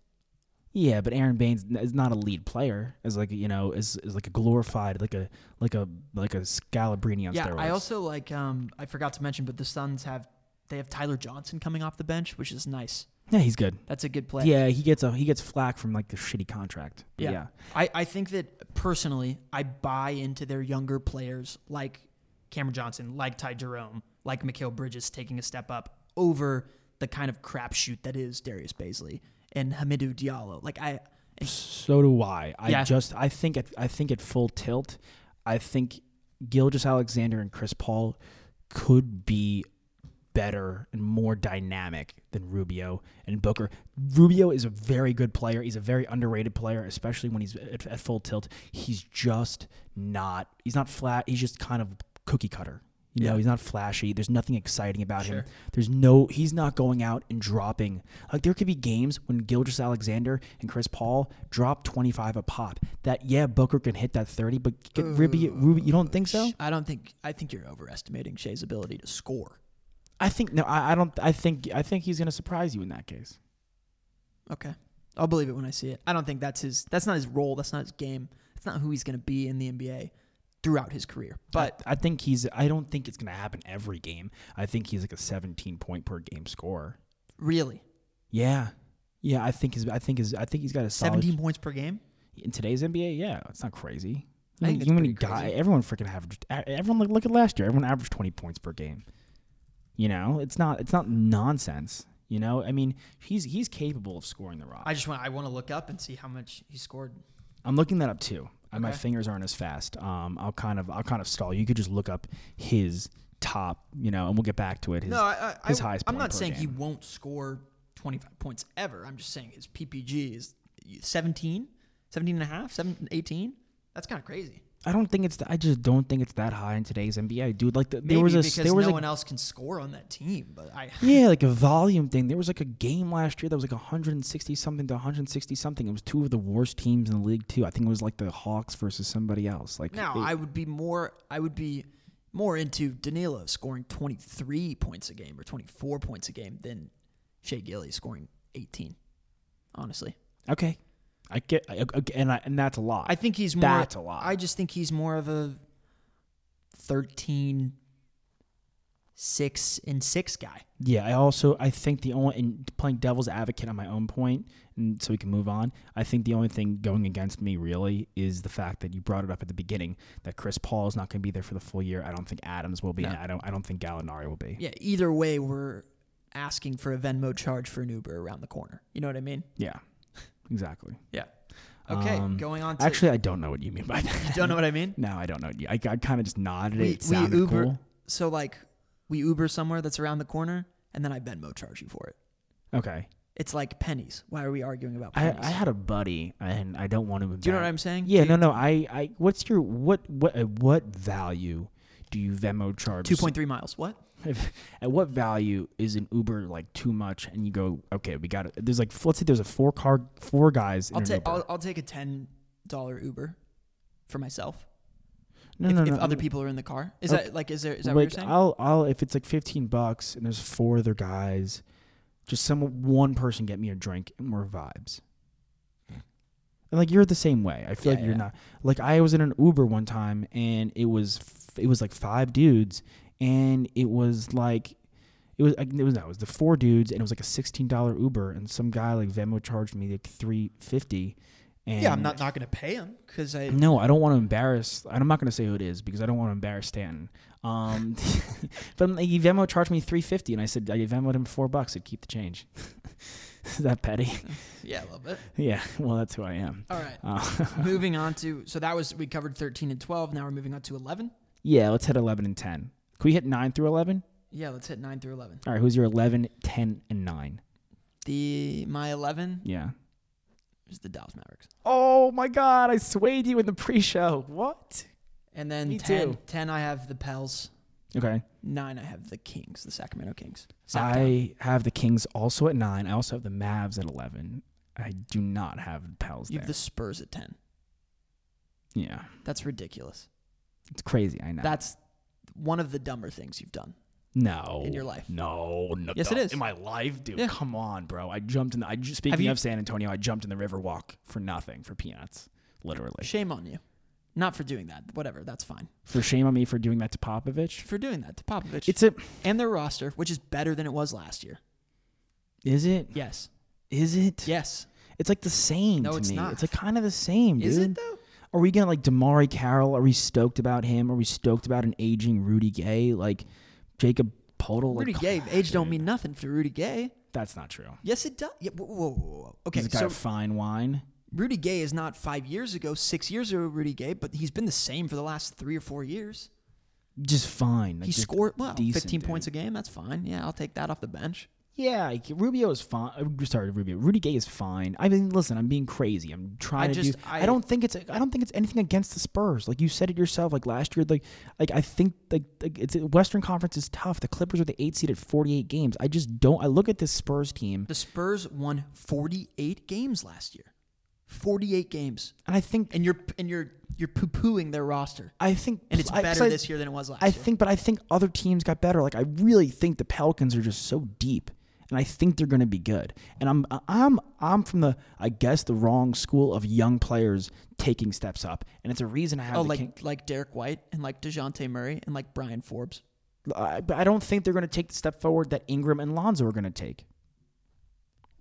[SPEAKER 1] Yeah, but Aaron Baines n- is not a lead player. Is like you know is is like a glorified like a like a like a Scalabrini on
[SPEAKER 5] Yeah,
[SPEAKER 1] steroids.
[SPEAKER 5] I also like. Um, I forgot to mention, but the Suns have they have Tyler Johnson coming off the bench, which is nice.
[SPEAKER 1] yeah he's good.
[SPEAKER 5] That's a good play.
[SPEAKER 1] Yeah, he gets a he gets flack from like the shitty contract. But
[SPEAKER 5] Yeah.
[SPEAKER 1] yeah.
[SPEAKER 5] I, I think that personally, I buy into their younger players like Cameron Johnson, like Ty Jerome, like Mikhail Bridges taking a step up over the kind of crapshoot that is Darius Baisley and Hamidou Diallo. Like I,
[SPEAKER 1] So do I. I
[SPEAKER 5] Yeah.
[SPEAKER 1] just I think at I think at full tilt, I think Gilgis Alexander and Chris Paul could be better and more dynamic than Rubio and Booker. Rubio is a very good player. He's a very underrated player, especially when he's at, at full tilt. He's just not. He's not flat. He's just kind of cookie cutter. You know, he's not flashy. There's nothing exciting about him. There's no. He's not going out and dropping. Like there could be games when Gilgis Alexander and Chris Paul drop 25 a pop. That yeah, Booker can hit that 30, but get Rubio, Rubio, you don't think so?
[SPEAKER 5] I don't think I think you're overestimating Shea's ability to score.
[SPEAKER 1] I think no. I, I don't. I think I think he's going to surprise you in that case.
[SPEAKER 5] Okay, I'll believe it when I see it. I don't think that's his. That's not his role. That's not his game. That's not who he's going to be in the NBA throughout his career. But
[SPEAKER 1] But I think he's. I don't think it's going to happen every game. I think he's like a 17 point per game scorer.
[SPEAKER 5] Really,
[SPEAKER 1] Yeah, yeah. I think his. I think his. I think he's got a solid.
[SPEAKER 5] seventeen points per game.
[SPEAKER 1] in today's NBA, yeah, it's not crazy.
[SPEAKER 5] I think
[SPEAKER 1] You-
[SPEAKER 5] it's
[SPEAKER 1] you know when
[SPEAKER 5] pretty
[SPEAKER 1] you die-
[SPEAKER 5] crazy.
[SPEAKER 1] everyone freaking averaged. a- Everyone look, look at last year. Everyone averaged twenty points per game. You know, it's not it's not nonsense. You know, I mean, he's he's capable of scoring the rock.
[SPEAKER 5] I just want I want to look up and see how much he scored.
[SPEAKER 1] I'm looking that up too. and My
[SPEAKER 5] Okay.
[SPEAKER 1] fingers aren't as fast. Um, I'll kind of I'll kind of stall. You could just look up his top, you know, and we'll get back to it. His,
[SPEAKER 5] No, I, I,
[SPEAKER 1] his
[SPEAKER 5] I,
[SPEAKER 1] highest.
[SPEAKER 5] I'm
[SPEAKER 1] point
[SPEAKER 5] not
[SPEAKER 1] per
[SPEAKER 5] saying he
[SPEAKER 1] game.
[SPEAKER 5] won't score 25 points ever. I'm just saying his PPG is 17, 17 and a half, 17, 18. That's kind of crazy.
[SPEAKER 1] I don't think it's. th- I just don't think it's that high in today's NBA, dude. Like the,
[SPEAKER 5] Maybe
[SPEAKER 1] there was a
[SPEAKER 5] because
[SPEAKER 1] there was
[SPEAKER 5] no
[SPEAKER 1] a
[SPEAKER 5] one else can score on that team. But I,
[SPEAKER 1] Yeah, like a volume thing. There was like a game last year that was like 160 something to 160 something. It was two of the worst teams in the league too. I think it was like the Hawks versus somebody else. Like
[SPEAKER 5] now
[SPEAKER 1] it-
[SPEAKER 5] I would be more. I would be more into Danilo scoring 23 points a game or 24 points a game than Shea Gilly scoring 18. Honestly,
[SPEAKER 1] okay, I get I- I- and I, and that's a lot.
[SPEAKER 5] I think he's more.
[SPEAKER 1] That's a lot.
[SPEAKER 5] I just think he's more of a 13, 6 and 6 guy.
[SPEAKER 1] yeah. I also I think the only and playing devil's advocate on my own point, and so we can move on. I think the only thing going against me really is the fact that you brought it up at the beginning that Chris Paul is not going to be there for the full year. I don't think Adams will be. and I don't. I don't think Gallinari will be.
[SPEAKER 5] Yeah, either way, we're asking for a Venmo charge for an Uber around the corner. You know what I mean?
[SPEAKER 1] yeah exactly.
[SPEAKER 5] Yeah. Okay,
[SPEAKER 1] Um,
[SPEAKER 5] going on to.
[SPEAKER 1] Actually, I don't know what you mean by that.
[SPEAKER 5] you don't know what I mean?
[SPEAKER 1] No, I don't know. I, I kind of just nodded.
[SPEAKER 5] We,
[SPEAKER 1] it
[SPEAKER 5] we
[SPEAKER 1] sounded
[SPEAKER 5] Uber.
[SPEAKER 1] cool.
[SPEAKER 5] So, like, we Uber somewhere that's around the corner, and then I Venmo charge you for it.
[SPEAKER 1] Okay.
[SPEAKER 5] It's like pennies. Why are we arguing about
[SPEAKER 1] I,
[SPEAKER 5] pennies?
[SPEAKER 1] I had a buddy, and I don't want to.
[SPEAKER 5] Do you know what I'm saying?
[SPEAKER 1] Yeah.
[SPEAKER 5] Do
[SPEAKER 1] No.
[SPEAKER 5] you-
[SPEAKER 1] No. I. I. What's your what what uh, what value do you Venmo charge?
[SPEAKER 5] 2.3 miles. What?
[SPEAKER 1] At what value is an Uber like too much? And you go, okay, we got it. There's like let's say there's a four car four guys. In
[SPEAKER 5] I'll
[SPEAKER 1] an
[SPEAKER 5] take
[SPEAKER 1] Uber.
[SPEAKER 5] I'll, I'll take a ten dollar Uber for myself
[SPEAKER 1] no,
[SPEAKER 5] if,
[SPEAKER 1] no,
[SPEAKER 5] if
[SPEAKER 1] no,
[SPEAKER 5] other
[SPEAKER 1] no.
[SPEAKER 5] people are in the car. Is that like is there is that
[SPEAKER 1] like
[SPEAKER 5] what you're saying?
[SPEAKER 1] I'll I'll if it's like fifteen bucks and there's four other guys, just some one person get me a drink and we're vibes. And like you're the same way. I feel
[SPEAKER 5] Yeah,
[SPEAKER 1] like you're
[SPEAKER 5] yeah.
[SPEAKER 1] not. Like I was in an Uber one time and it was f- it was like five dudes and it was like it was like, it was no, it was the four dudes and it was like a sixteen dollar Uber and some guy like Venmo charged me like three fifty. And
[SPEAKER 5] yeah, I'm not not gonna pay him because I
[SPEAKER 1] no, I don't want to embarrass. and I'm not going to say who it is because I don't want to embarrass Stanton. Um, but like, he Venmo charged me three fifty, and I said I Venmoed him four bucks. I'd keep the change. is that petty?
[SPEAKER 5] yeah a little bit.
[SPEAKER 1] yeah. Well, that's who I am.
[SPEAKER 5] All right,
[SPEAKER 1] Uh,
[SPEAKER 5] moving on to so that was we covered thirteen and twelve. Now we're moving on to eleven.
[SPEAKER 1] yeah. Let's hit eleven and ten. Can we hit nine through eleven?
[SPEAKER 5] Yeah, let's hit nine through eleven.
[SPEAKER 1] All right. Who's your 11, 10, and nine?
[SPEAKER 5] The my eleven
[SPEAKER 1] Yeah.
[SPEAKER 5] is the Dallas Mavericks,
[SPEAKER 1] Oh my God! I swayed you in the pre-show. What?
[SPEAKER 5] and then
[SPEAKER 1] Me
[SPEAKER 5] 10,
[SPEAKER 1] too.
[SPEAKER 5] 10 I have the Pels.
[SPEAKER 1] Okay.
[SPEAKER 5] Nine I have the Kings, the Sacramento Kings. Sat down.
[SPEAKER 1] I have the Kings also at nine. I also have the Mavs at eleven. I do not have the Pels
[SPEAKER 5] you
[SPEAKER 1] there.
[SPEAKER 5] have the Spurs at ten.
[SPEAKER 1] yeah.
[SPEAKER 5] That's ridiculous.
[SPEAKER 1] It's crazy. I know.
[SPEAKER 5] That's one of the dumber things you've done.
[SPEAKER 1] No.
[SPEAKER 5] in your life.
[SPEAKER 1] No. no
[SPEAKER 5] Yes, it
[SPEAKER 1] no.
[SPEAKER 5] is.
[SPEAKER 1] In my life, dude.
[SPEAKER 5] Yeah.
[SPEAKER 1] Come on, bro. I jumped in the. I ju- speaking
[SPEAKER 5] you-
[SPEAKER 1] of San Antonio, I jumped in the Riverwalk for nothing, for peanuts, literally.
[SPEAKER 5] Shame on you. Not for doing that. Whatever, that's fine.
[SPEAKER 1] For shame on me for doing that to Popovich.
[SPEAKER 5] For doing that to Popovich.
[SPEAKER 1] It's a.
[SPEAKER 5] and their roster, which is better than it was last year.
[SPEAKER 1] Is it?
[SPEAKER 5] Yes.
[SPEAKER 1] Is it?
[SPEAKER 5] Yes.
[SPEAKER 1] It's like the same
[SPEAKER 5] No,
[SPEAKER 1] to
[SPEAKER 5] it's
[SPEAKER 1] me.
[SPEAKER 5] not.
[SPEAKER 1] It's like kind of the same, dude.
[SPEAKER 5] Is it though?
[SPEAKER 1] Are we gonna like Damari Carroll? Are we stoked about him? Are we stoked about an aging Rudy Gay? Like Jacob Podol? Like,
[SPEAKER 5] Rudy
[SPEAKER 1] come
[SPEAKER 5] Gay,
[SPEAKER 1] on,
[SPEAKER 5] age don't
[SPEAKER 1] dude.
[SPEAKER 5] mean nothing for Rudy Gay.
[SPEAKER 1] That's not true.
[SPEAKER 5] Yes, it does. Yeah, whoa, whoa, whoa, whoa. Okay,
[SPEAKER 1] He's got
[SPEAKER 5] so
[SPEAKER 1] fine wine.
[SPEAKER 5] Rudy Gay is not five years ago, six years ago, Rudy Gay, but he's been the same for the last three or four years.
[SPEAKER 1] Just fine. Like,
[SPEAKER 5] He
[SPEAKER 1] just
[SPEAKER 5] scored, well,
[SPEAKER 1] decent,
[SPEAKER 5] 15
[SPEAKER 1] dude.
[SPEAKER 5] points a game. That's fine. Yeah, I'll take that off the bench.
[SPEAKER 1] Yeah, like, Rubio is fine. I'm Sorry, Rubio. Rudy Gay is fine. I mean, listen, I'm being crazy. I'm trying to
[SPEAKER 5] I just-
[SPEAKER 1] do. I,
[SPEAKER 5] I-
[SPEAKER 1] don't think it's. I don't think it's anything against the Spurs. Like you said it yourself. Like last year, like like I think like, like it's Western Conference is tough. The Clippers are the eight seed at 48 games. I just don't. I look at this Spurs team,
[SPEAKER 5] The Spurs won 48 games last year. 48 games.
[SPEAKER 1] and I think
[SPEAKER 5] and you're and you're you're poo pooing their roster,
[SPEAKER 1] I think
[SPEAKER 5] and it's
[SPEAKER 1] I- 'cause
[SPEAKER 5] better
[SPEAKER 1] I-
[SPEAKER 5] this year than it was last
[SPEAKER 1] I
[SPEAKER 5] year.
[SPEAKER 1] think, but I think other teams got better. Like I really think the Pelicans are just so deep, and I think they're going to be good. And I'm I'm I'm from the I guess the wrong school of young players taking steps up, and it's a reason I have.
[SPEAKER 5] oh,
[SPEAKER 1] the
[SPEAKER 5] like
[SPEAKER 1] King-
[SPEAKER 5] like Derek White and like Dejounte Murray and like Brian Forbes.
[SPEAKER 1] I, but I don't think they're going to take the step forward that Ingram and Lonzo are going to take.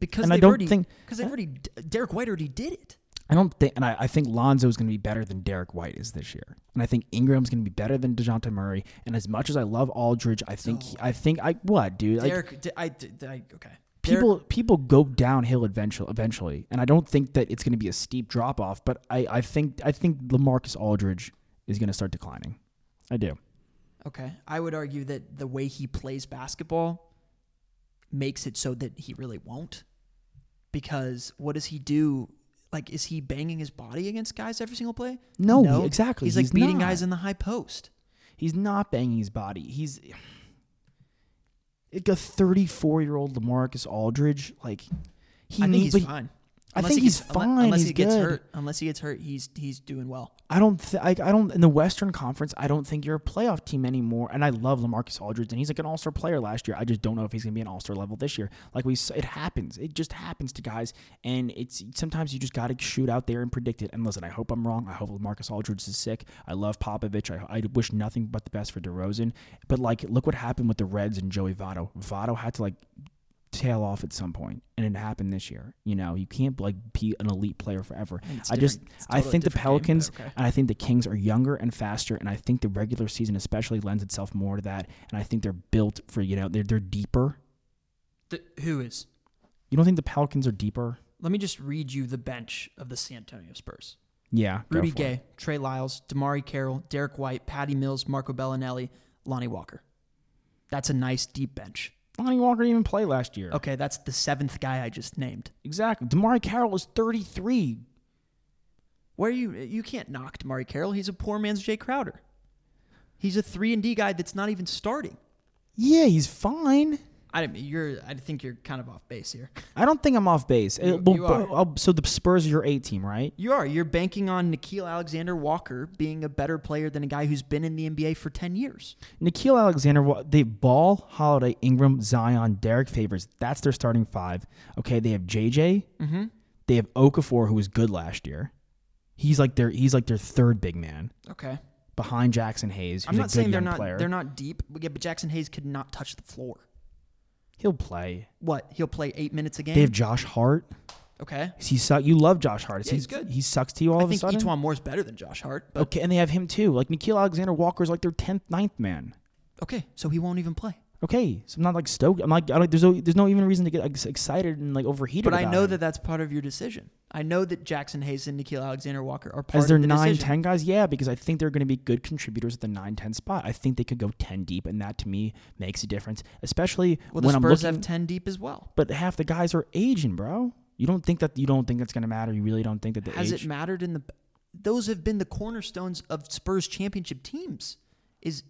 [SPEAKER 5] because
[SPEAKER 1] And I
[SPEAKER 5] they've
[SPEAKER 1] don't
[SPEAKER 5] already,
[SPEAKER 1] think-
[SPEAKER 5] because they've already Derek White already did it.
[SPEAKER 1] I don't think, and I, I think Lonzo is going to be better than Derek White is this year, and I think Ingram's going to be better than Dejounte Murray. And as much as I love Aldridge, I think I think I what dude like
[SPEAKER 5] Derek, d- I, d- I- okay.
[SPEAKER 1] people people go downhill eventually eventually, and I don't think that it's going to be a steep drop off. But I I think I think Lamarcus Aldridge is going to start declining. I do.
[SPEAKER 5] Okay. I would argue that the way he plays basketball makes it so that he really won't. Because what does he do? Like, is he banging his body against guys every single play?
[SPEAKER 1] No, he- exactly.
[SPEAKER 5] He's like
[SPEAKER 1] He's
[SPEAKER 5] beating
[SPEAKER 1] not.
[SPEAKER 5] guys in the high post.
[SPEAKER 1] He's not banging his body. He's like a 34 year old Lamarcus Aldridge. Like he
[SPEAKER 5] I think
[SPEAKER 1] needs,
[SPEAKER 5] he's
[SPEAKER 1] but
[SPEAKER 5] fine.
[SPEAKER 1] I
[SPEAKER 5] Unless
[SPEAKER 1] think
[SPEAKER 5] he gets-
[SPEAKER 1] he's
[SPEAKER 5] unle-
[SPEAKER 1] fine.
[SPEAKER 5] Unless
[SPEAKER 1] He's
[SPEAKER 5] he gets
[SPEAKER 1] good.
[SPEAKER 5] hurt, unless he gets hurt, he's he's doing well.
[SPEAKER 1] I don't. Th- I, I don't. In the Western Conference, I don't think you're a playoff team anymore. And I love Lamarcus Aldridge, and he's like an All Star player last year. I just don't know if he's gonna be an All Star level this year. Like we, s- it happens. It just happens to guys, and it's sometimes you just gotta shoot out there and predict it. And listen, I hope I'm wrong. I hope Lamarcus Aldridge is sick. I love Popovich. I, I wish nothing but the best for DeRozan. But like, look what happened with the Reds and Joey Votto. Votto had to like tail off at some point, and it happened this year. You know, you can't like be an elite player forever.
[SPEAKER 5] It's
[SPEAKER 1] I just,
[SPEAKER 5] different. It's
[SPEAKER 1] I
[SPEAKER 5] totally
[SPEAKER 1] think the
[SPEAKER 5] different game, but
[SPEAKER 1] Pelicans
[SPEAKER 5] okay.
[SPEAKER 1] and I think the Kings are younger and faster, and I think the regular season especially lends itself more to that. And I think they're built for you know they're they're deeper.
[SPEAKER 5] who is?
[SPEAKER 1] You don't think the Pelicans are deeper?
[SPEAKER 5] Let me just read you the bench of the San Antonio Spurs.
[SPEAKER 1] Yeah, go
[SPEAKER 5] Rudy
[SPEAKER 1] for it.
[SPEAKER 5] Gay, Trey Lyles, Damari Carroll, Derek White, Patty Mills, Marco Bellinelli, Lonnie Walker. That's a nice deep bench.
[SPEAKER 1] Lonnie Walker didn't even play last year.
[SPEAKER 5] Okay, that's the seventh guy I just named.
[SPEAKER 1] Exactly. Damari Carroll is 33.
[SPEAKER 5] Where you you can't knock Damari Carroll. He's a poor man's Jay Crowder. He's a three and D guy that's not even starting.
[SPEAKER 1] Yeah, he's fine.
[SPEAKER 5] I don't- you're I think you're kind of off base here.
[SPEAKER 1] I don't think I'm off base. Uh, well,
[SPEAKER 5] you are.
[SPEAKER 1] but- uh, so the Spurs are your A team, right?
[SPEAKER 5] You are. You're banking on Nikhil Alexander Walker being a better player than a guy who's been in the NBA for ten years.
[SPEAKER 1] Nikhil Alexander, wa- they have Ball, Holiday, Ingram, Zion, Derek Favors. That's their starting five. Okay, they have JJ. Mm-hmm. They have Okafor, who was good last year. He's like their he's like their third big man
[SPEAKER 5] Okay.
[SPEAKER 1] behind Jackson Hayes. Who's
[SPEAKER 5] I'm
[SPEAKER 1] a
[SPEAKER 5] not
[SPEAKER 1] good
[SPEAKER 5] saying they're
[SPEAKER 1] young
[SPEAKER 5] not
[SPEAKER 1] player.
[SPEAKER 5] they're not deep, but yeah, but Jackson Hayes could not touch the floor.
[SPEAKER 1] He'll play.
[SPEAKER 5] what he'll play eight minutes a game.
[SPEAKER 1] They have Josh Hart.
[SPEAKER 5] okay,
[SPEAKER 1] Is he suck? You love Josh Hart. Is
[SPEAKER 5] Yeah,
[SPEAKER 1] he,
[SPEAKER 5] he's good.
[SPEAKER 1] He sucks to you all
[SPEAKER 5] I
[SPEAKER 1] of
[SPEAKER 5] think
[SPEAKER 1] a sudden.
[SPEAKER 5] Etwan Moore's better than Josh Hart, but
[SPEAKER 1] okay, and they have him too. Like Nikhil Alexander Walker is like their tenth, ninth man.
[SPEAKER 5] okay, so he won't even play.
[SPEAKER 1] Okay, so I'm not like stoked. I'm like, I don't, there's no, there's no even reason to get like, excited and like overheated.
[SPEAKER 5] But I
[SPEAKER 1] about
[SPEAKER 5] know
[SPEAKER 1] him.
[SPEAKER 5] that that's part of your decision. I know that Jackson Hayes and Nikhil Alexander Walker are part
[SPEAKER 1] As their
[SPEAKER 5] of the
[SPEAKER 1] 9
[SPEAKER 5] decision.
[SPEAKER 1] 10 guys, yeah, because I think they're going to be good contributors at the 9 10 spot. I think they could go 10 deep, and that to me makes a difference, especially
[SPEAKER 5] Well, the
[SPEAKER 1] when
[SPEAKER 5] Spurs
[SPEAKER 1] I'm looking.
[SPEAKER 5] have ten deep as well.
[SPEAKER 1] but half the guys are aging, bro. You don't think that you don't think that's going to matter. You really don't think that the
[SPEAKER 5] Has
[SPEAKER 1] age.
[SPEAKER 5] it mattered in the? Those have been the cornerstones of Spurs championship teams. Is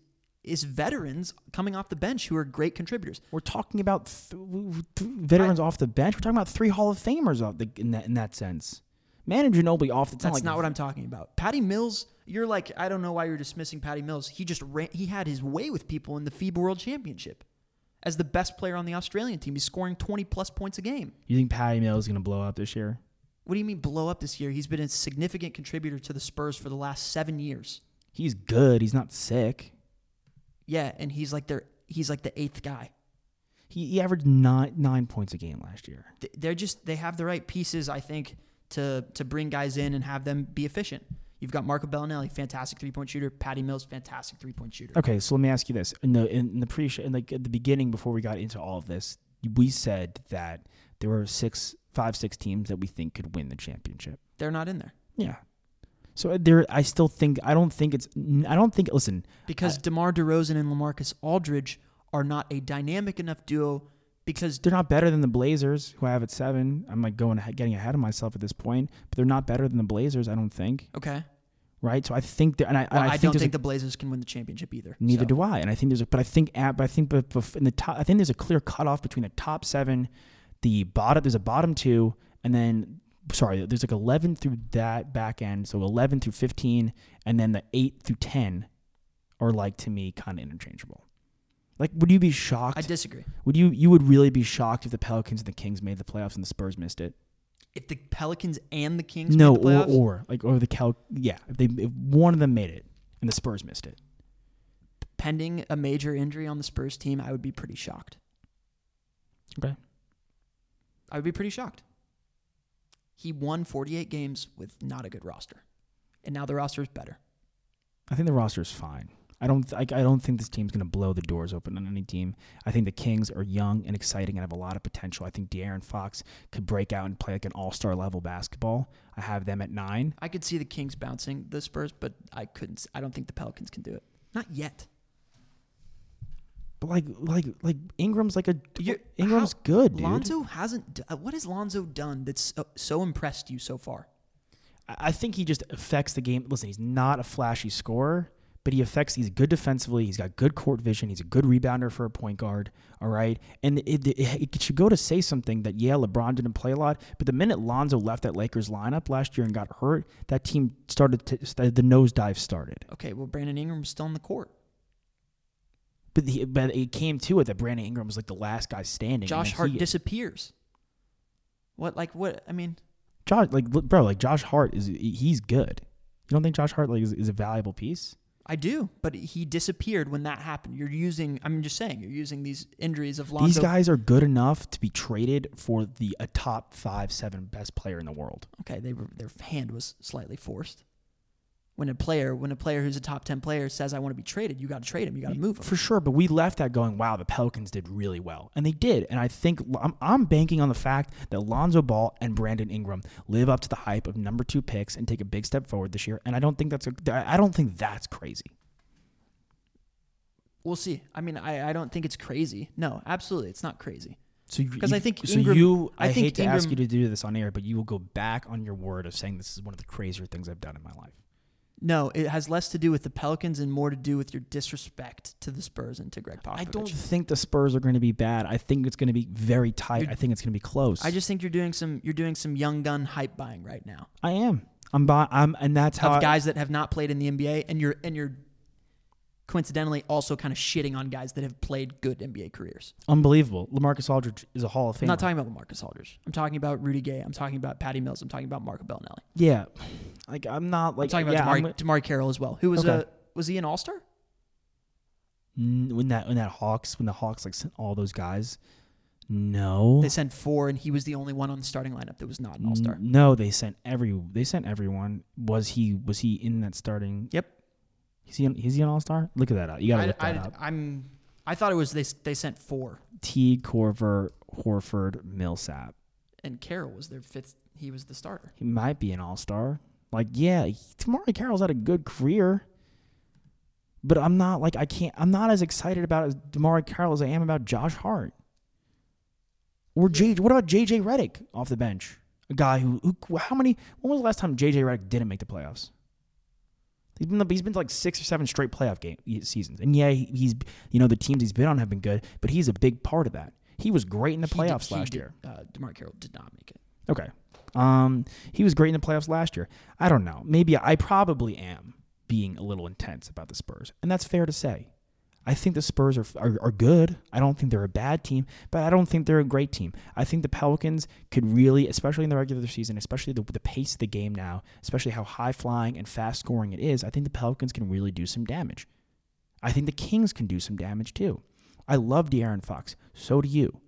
[SPEAKER 5] is veterans coming off the bench who are great contributors?
[SPEAKER 1] we're talking about th- w- w- th- veterans off the bench. We're talking about three Hall of Famers off the, in that in that sense. Manager Ginobili off the.
[SPEAKER 5] That's not what I'm talking about. Patty Mills, you're like, I don't know why you're dismissing Patty Mills. He just ran, he had his way with people in the FIBA World Championship as the best player on the Australian team. He's scoring 20 plus points a game.
[SPEAKER 1] You think Patty Mills is going to blow up this year?
[SPEAKER 5] What do you mean blow up this year? He's been a significant contributor to the Spurs for the last seven years.
[SPEAKER 1] He's good. He's not sick.
[SPEAKER 5] Yeah, and he's like their he's like the eighth guy.
[SPEAKER 1] He, he averaged nine nine points a game last year.
[SPEAKER 5] Th- They're just they have the right pieces, I think, to to bring guys in and have them be efficient. You've got Marco Bellinelli, fantastic three point shooter. Patty Mills, fantastic three point shooter.
[SPEAKER 1] Okay, so let me ask you this: in the in the pre in like at the beginning before we got into all of this, we said that there were six, five, six teams that we think could win the championship.
[SPEAKER 5] They're not in there.
[SPEAKER 1] Yeah. So uh, there, I still think I don't think it's I don't think listen
[SPEAKER 5] because DeMar DeRozan and LaMarcus Aldridge are not a dynamic enough duo because
[SPEAKER 1] they're not better than the Blazers who I have at seven. I'm like going ahead, getting ahead of myself at this point, but they're not better than the Blazers. I don't think
[SPEAKER 5] okay
[SPEAKER 1] right. So I think they're and I, and
[SPEAKER 5] Well, I,
[SPEAKER 1] I,
[SPEAKER 5] don't
[SPEAKER 1] there's
[SPEAKER 5] think
[SPEAKER 1] a-
[SPEAKER 5] the Blazers can win the championship either.
[SPEAKER 1] Neither do I. And I think there's a, but I think at, but I think but bef- in the top, I think there's a clear cutoff between the top seven, the bottom. There's a bottom two, and then sorry, there's like eleven through that back end. So eleven through fifteen, and then the eight through ten, are like to me kind of interchangeable. Like, would you be shocked?
[SPEAKER 5] I disagree.
[SPEAKER 1] would you you would really be shocked if the Pelicans and the Kings made the playoffs and the Spurs missed it?
[SPEAKER 5] If the Pelicans and the Kings
[SPEAKER 1] No,
[SPEAKER 5] made the
[SPEAKER 1] or
[SPEAKER 5] playoffs,
[SPEAKER 1] or like or the Cal. Yeah, if they if one of them made it and the Spurs missed it.
[SPEAKER 5] pending a major injury on the Spurs team, I would be pretty shocked.
[SPEAKER 1] Okay.
[SPEAKER 5] I would be pretty shocked. He won 48 games with not a good roster, and now the roster is better.
[SPEAKER 1] I think the roster is fine. I don't. Th- I, I don't think this team's going to blow the doors open on any team. I think the Kings are young and exciting and have a lot of potential. I think De'Aaron Fox could break out and play like an all-star level basketball. I have them at nine.
[SPEAKER 5] I could see the Kings bouncing the Spurs, but I couldn't. s- I don't think the Pelicans can do it. Not yet.
[SPEAKER 1] But like, like, like Ingram's like a
[SPEAKER 5] You're-
[SPEAKER 1] Ingram's
[SPEAKER 5] how-
[SPEAKER 1] good, dude.
[SPEAKER 5] Lonzo hasn't. d- uh, What has Lonzo done that's so, so impressed you so far?
[SPEAKER 1] I I think he just affects the game. Listen, he's not a flashy scorer, but he affects. He's good defensively. He's got good court vision. He's a good rebounder for a point guard. All right, and it, it, it should go to say something that yeah, LeBron didn't play a lot, but the minute Lonzo left that Lakers lineup last year and got hurt, that team started to st- the nosedive started.
[SPEAKER 5] Okay, well Brandon Ingram's still on the court.
[SPEAKER 1] But the, but it came to it that Brandon Ingram was like the last guy standing. and
[SPEAKER 5] Josh
[SPEAKER 1] then
[SPEAKER 5] Hart
[SPEAKER 1] he-
[SPEAKER 5] disappears. What like what? I mean,
[SPEAKER 1] Josh like look, bro, like Josh Hart is he's good. You don't think Josh Hart like is, is a valuable piece?
[SPEAKER 5] I do, but he disappeared when that happened. You're using. I'm just saying you're using these injuries of Lonzo.
[SPEAKER 1] These guys are good enough to be traded for the a top five, seven best player in the world.
[SPEAKER 5] okay, they were, their hand was slightly forced. When a player, when a player who's a top ten player says, "I want to be traded," you got to trade him. You got to move him.
[SPEAKER 1] For sure, but we left that going, wow, the Pelicans did really well. And they did. And I think I'm, I'm banking on the fact that Lonzo Ball and Brandon Ingram live up to the hype of number two picks and take a big step forward this year. And I don't think that's a, I don't think that's crazy.
[SPEAKER 5] We'll see. I mean, I, I don't think it's crazy. No, absolutely, it's not crazy.
[SPEAKER 1] So you-
[SPEAKER 5] 'Cause
[SPEAKER 1] you-
[SPEAKER 5] I think
[SPEAKER 1] so
[SPEAKER 5] Ingram-
[SPEAKER 1] you, I,
[SPEAKER 5] I think
[SPEAKER 1] hate to ask you
[SPEAKER 5] Ingram-
[SPEAKER 1] to do this on air, but you will go back on your word of saying this is one of the crazier things I've done in my life.
[SPEAKER 5] No, it has less to do with the Pelicans and more to do with your disrespect to the Spurs and to Greg Popovich.
[SPEAKER 1] I don't think the Spurs are going to be bad. I think it's going to be very tight. I think it's going to be close.
[SPEAKER 5] I just think you're doing some you're doing some young gun hype buying right now
[SPEAKER 1] I am. I'm by. I'm, and that's how.
[SPEAKER 5] of
[SPEAKER 1] I-
[SPEAKER 5] guys that have not played in the NBA and you're and you're coincidentally also kind of shitting on guys that have played good NBA careers.
[SPEAKER 1] unbelievable. Lamarcus Aldridge is a Hall of Famer.
[SPEAKER 5] I'm not talking about Marcus Aldridge. I'm talking about Rudy Gay. I'm talking about Patty Mills. I'm talking about Marco Bellinelli.
[SPEAKER 1] yeah, like I'm not like
[SPEAKER 5] I'm talking about
[SPEAKER 1] yeah,
[SPEAKER 5] Damari,
[SPEAKER 1] I'm-
[SPEAKER 5] Damari Carroll as well, who was
[SPEAKER 1] Okay.
[SPEAKER 5] a was he an All Star?
[SPEAKER 1] Mm, when that when that Hawks when the Hawks like sent all those guys. No,
[SPEAKER 5] They sent four, and he was the only one on the starting lineup that was not an All Star.
[SPEAKER 1] N- No, they sent every they sent everyone. Was he was he in that starting?
[SPEAKER 5] Yep.
[SPEAKER 1] Is he an, is he an all star? Look at that up. You gotta
[SPEAKER 5] I,
[SPEAKER 1] look that up.
[SPEAKER 5] am I thought it was they they sent four,
[SPEAKER 1] Teague, Corver, Horford, Millsap.
[SPEAKER 5] and Carroll was their fifth. He was the starter.
[SPEAKER 1] He might be an all star. Like, yeah, he- Tamari Carroll's had a good career. But I'm not like I can't I'm not as excited about as Damari Carroll as I am about Josh Hart. Or J what about JJ Reddick off the bench? A guy who, who how many when was the last time JJ Reddick didn't make the playoffs? He's been he's been to like six or seven straight playoff game seasons, and yeah, he- he's you know the teams he's been on have been good, but he's a big part of that. He was great in the
[SPEAKER 5] He did-
[SPEAKER 1] playoffs
[SPEAKER 5] he
[SPEAKER 1] last
[SPEAKER 5] did-
[SPEAKER 1] year.
[SPEAKER 5] uh, Damari Carroll did not make it.
[SPEAKER 1] Okay. Um, he was great in the playoffs last year. I don't know. Maybe I probably am being a little intense about the Spurs, and that's fair to say. I think the Spurs are, are are good. I don't think they're a bad team, but I don't think they're a great team. I think the Pelicans could really, especially in the regular season, especially the, the pace of the game now, especially how high flying and fast scoring it is. I think the Pelicans can really do some damage. I think the Kings can do some damage too. I love De'Aaron Fox. So do you.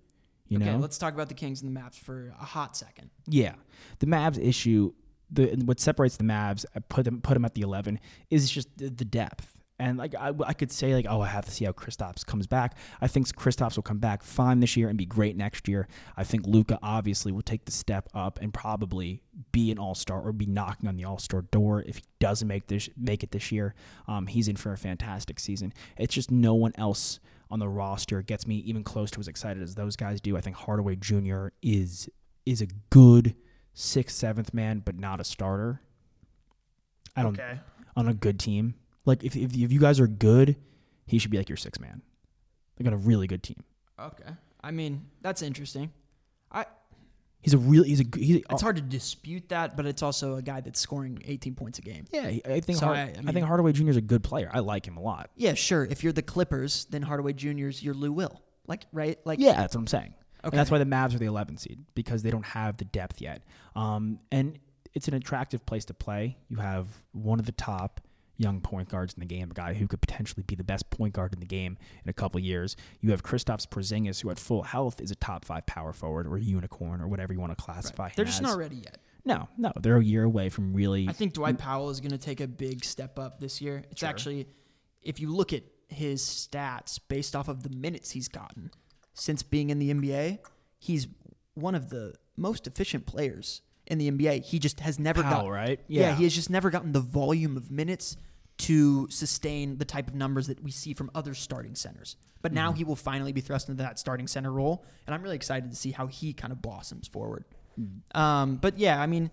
[SPEAKER 1] You
[SPEAKER 5] okay,
[SPEAKER 1] know.
[SPEAKER 5] let's talk about the Kings and the Maps for a hot second.
[SPEAKER 1] Yeah, the Mavs issue, the what separates the Mavs, I put them put them at the eleven, is just the, the depth. And like I, I could say like oh I have to see how Kristaps comes back. I think Kristaps will come back fine this year and be great next year. I think Luca obviously will take the step up and probably be an All Star or be knocking on the All Star door if he doesn't make this make it this year. Um, he's in for a fantastic season. It's just no one else on the roster gets me even close to as excited as those guys do. I think Hardaway Jr. is is a good sixth, seventh man, but not a starter. I don't on a good team. Like if, if if you guys are good, he should be like your sixth man. They got a really good team.
[SPEAKER 5] Okay, I mean that's interesting. I
[SPEAKER 1] He's a real he's a g- he's,
[SPEAKER 5] it's hard to dispute that, but it's also a guy that's scoring 18 points a game.
[SPEAKER 1] Yeah, he- I think
[SPEAKER 5] So
[SPEAKER 1] Hard-
[SPEAKER 5] I-
[SPEAKER 1] I,
[SPEAKER 5] I mean-
[SPEAKER 1] think Hardaway Jr. is a good player. I like him a lot.
[SPEAKER 5] Yeah, sure. If you're the Clippers, then Hardaway Jr.'s your Lou Will. Like, right? Like,
[SPEAKER 1] Yeah, that's what I'm saying.
[SPEAKER 5] Okay.
[SPEAKER 1] And that's why the Mavs are the 11th seed because they don't have the depth yet. Um, and it's an attractive place to play. You have one of the top. young point guards in the game, a guy who could potentially be the best point guard in the game in a couple years. You have Kristaps Porzingis, who at full health is a top five power forward or unicorn or whatever you want to classify him
[SPEAKER 5] They're just
[SPEAKER 1] as.
[SPEAKER 5] not ready yet.
[SPEAKER 1] No, no, they're a year away from really.
[SPEAKER 5] I think Dwight Powell is going to take a big step up this year. It's actually, if you look at his stats based off of the minutes he's gotten since being in the NBA, he's one of the most efficient players in the NBA. He just has never
[SPEAKER 1] Powell,
[SPEAKER 5] gotten
[SPEAKER 1] right?
[SPEAKER 5] Yeah.
[SPEAKER 1] Yeah.
[SPEAKER 5] he has just never gotten the volume of minutes to sustain the type of numbers that we see from other starting centers. But
[SPEAKER 1] Mm-hmm.
[SPEAKER 5] now he will finally be thrust into that starting center role, and I'm really excited to see how he kind of blossoms forward. Um, but yeah, I mean,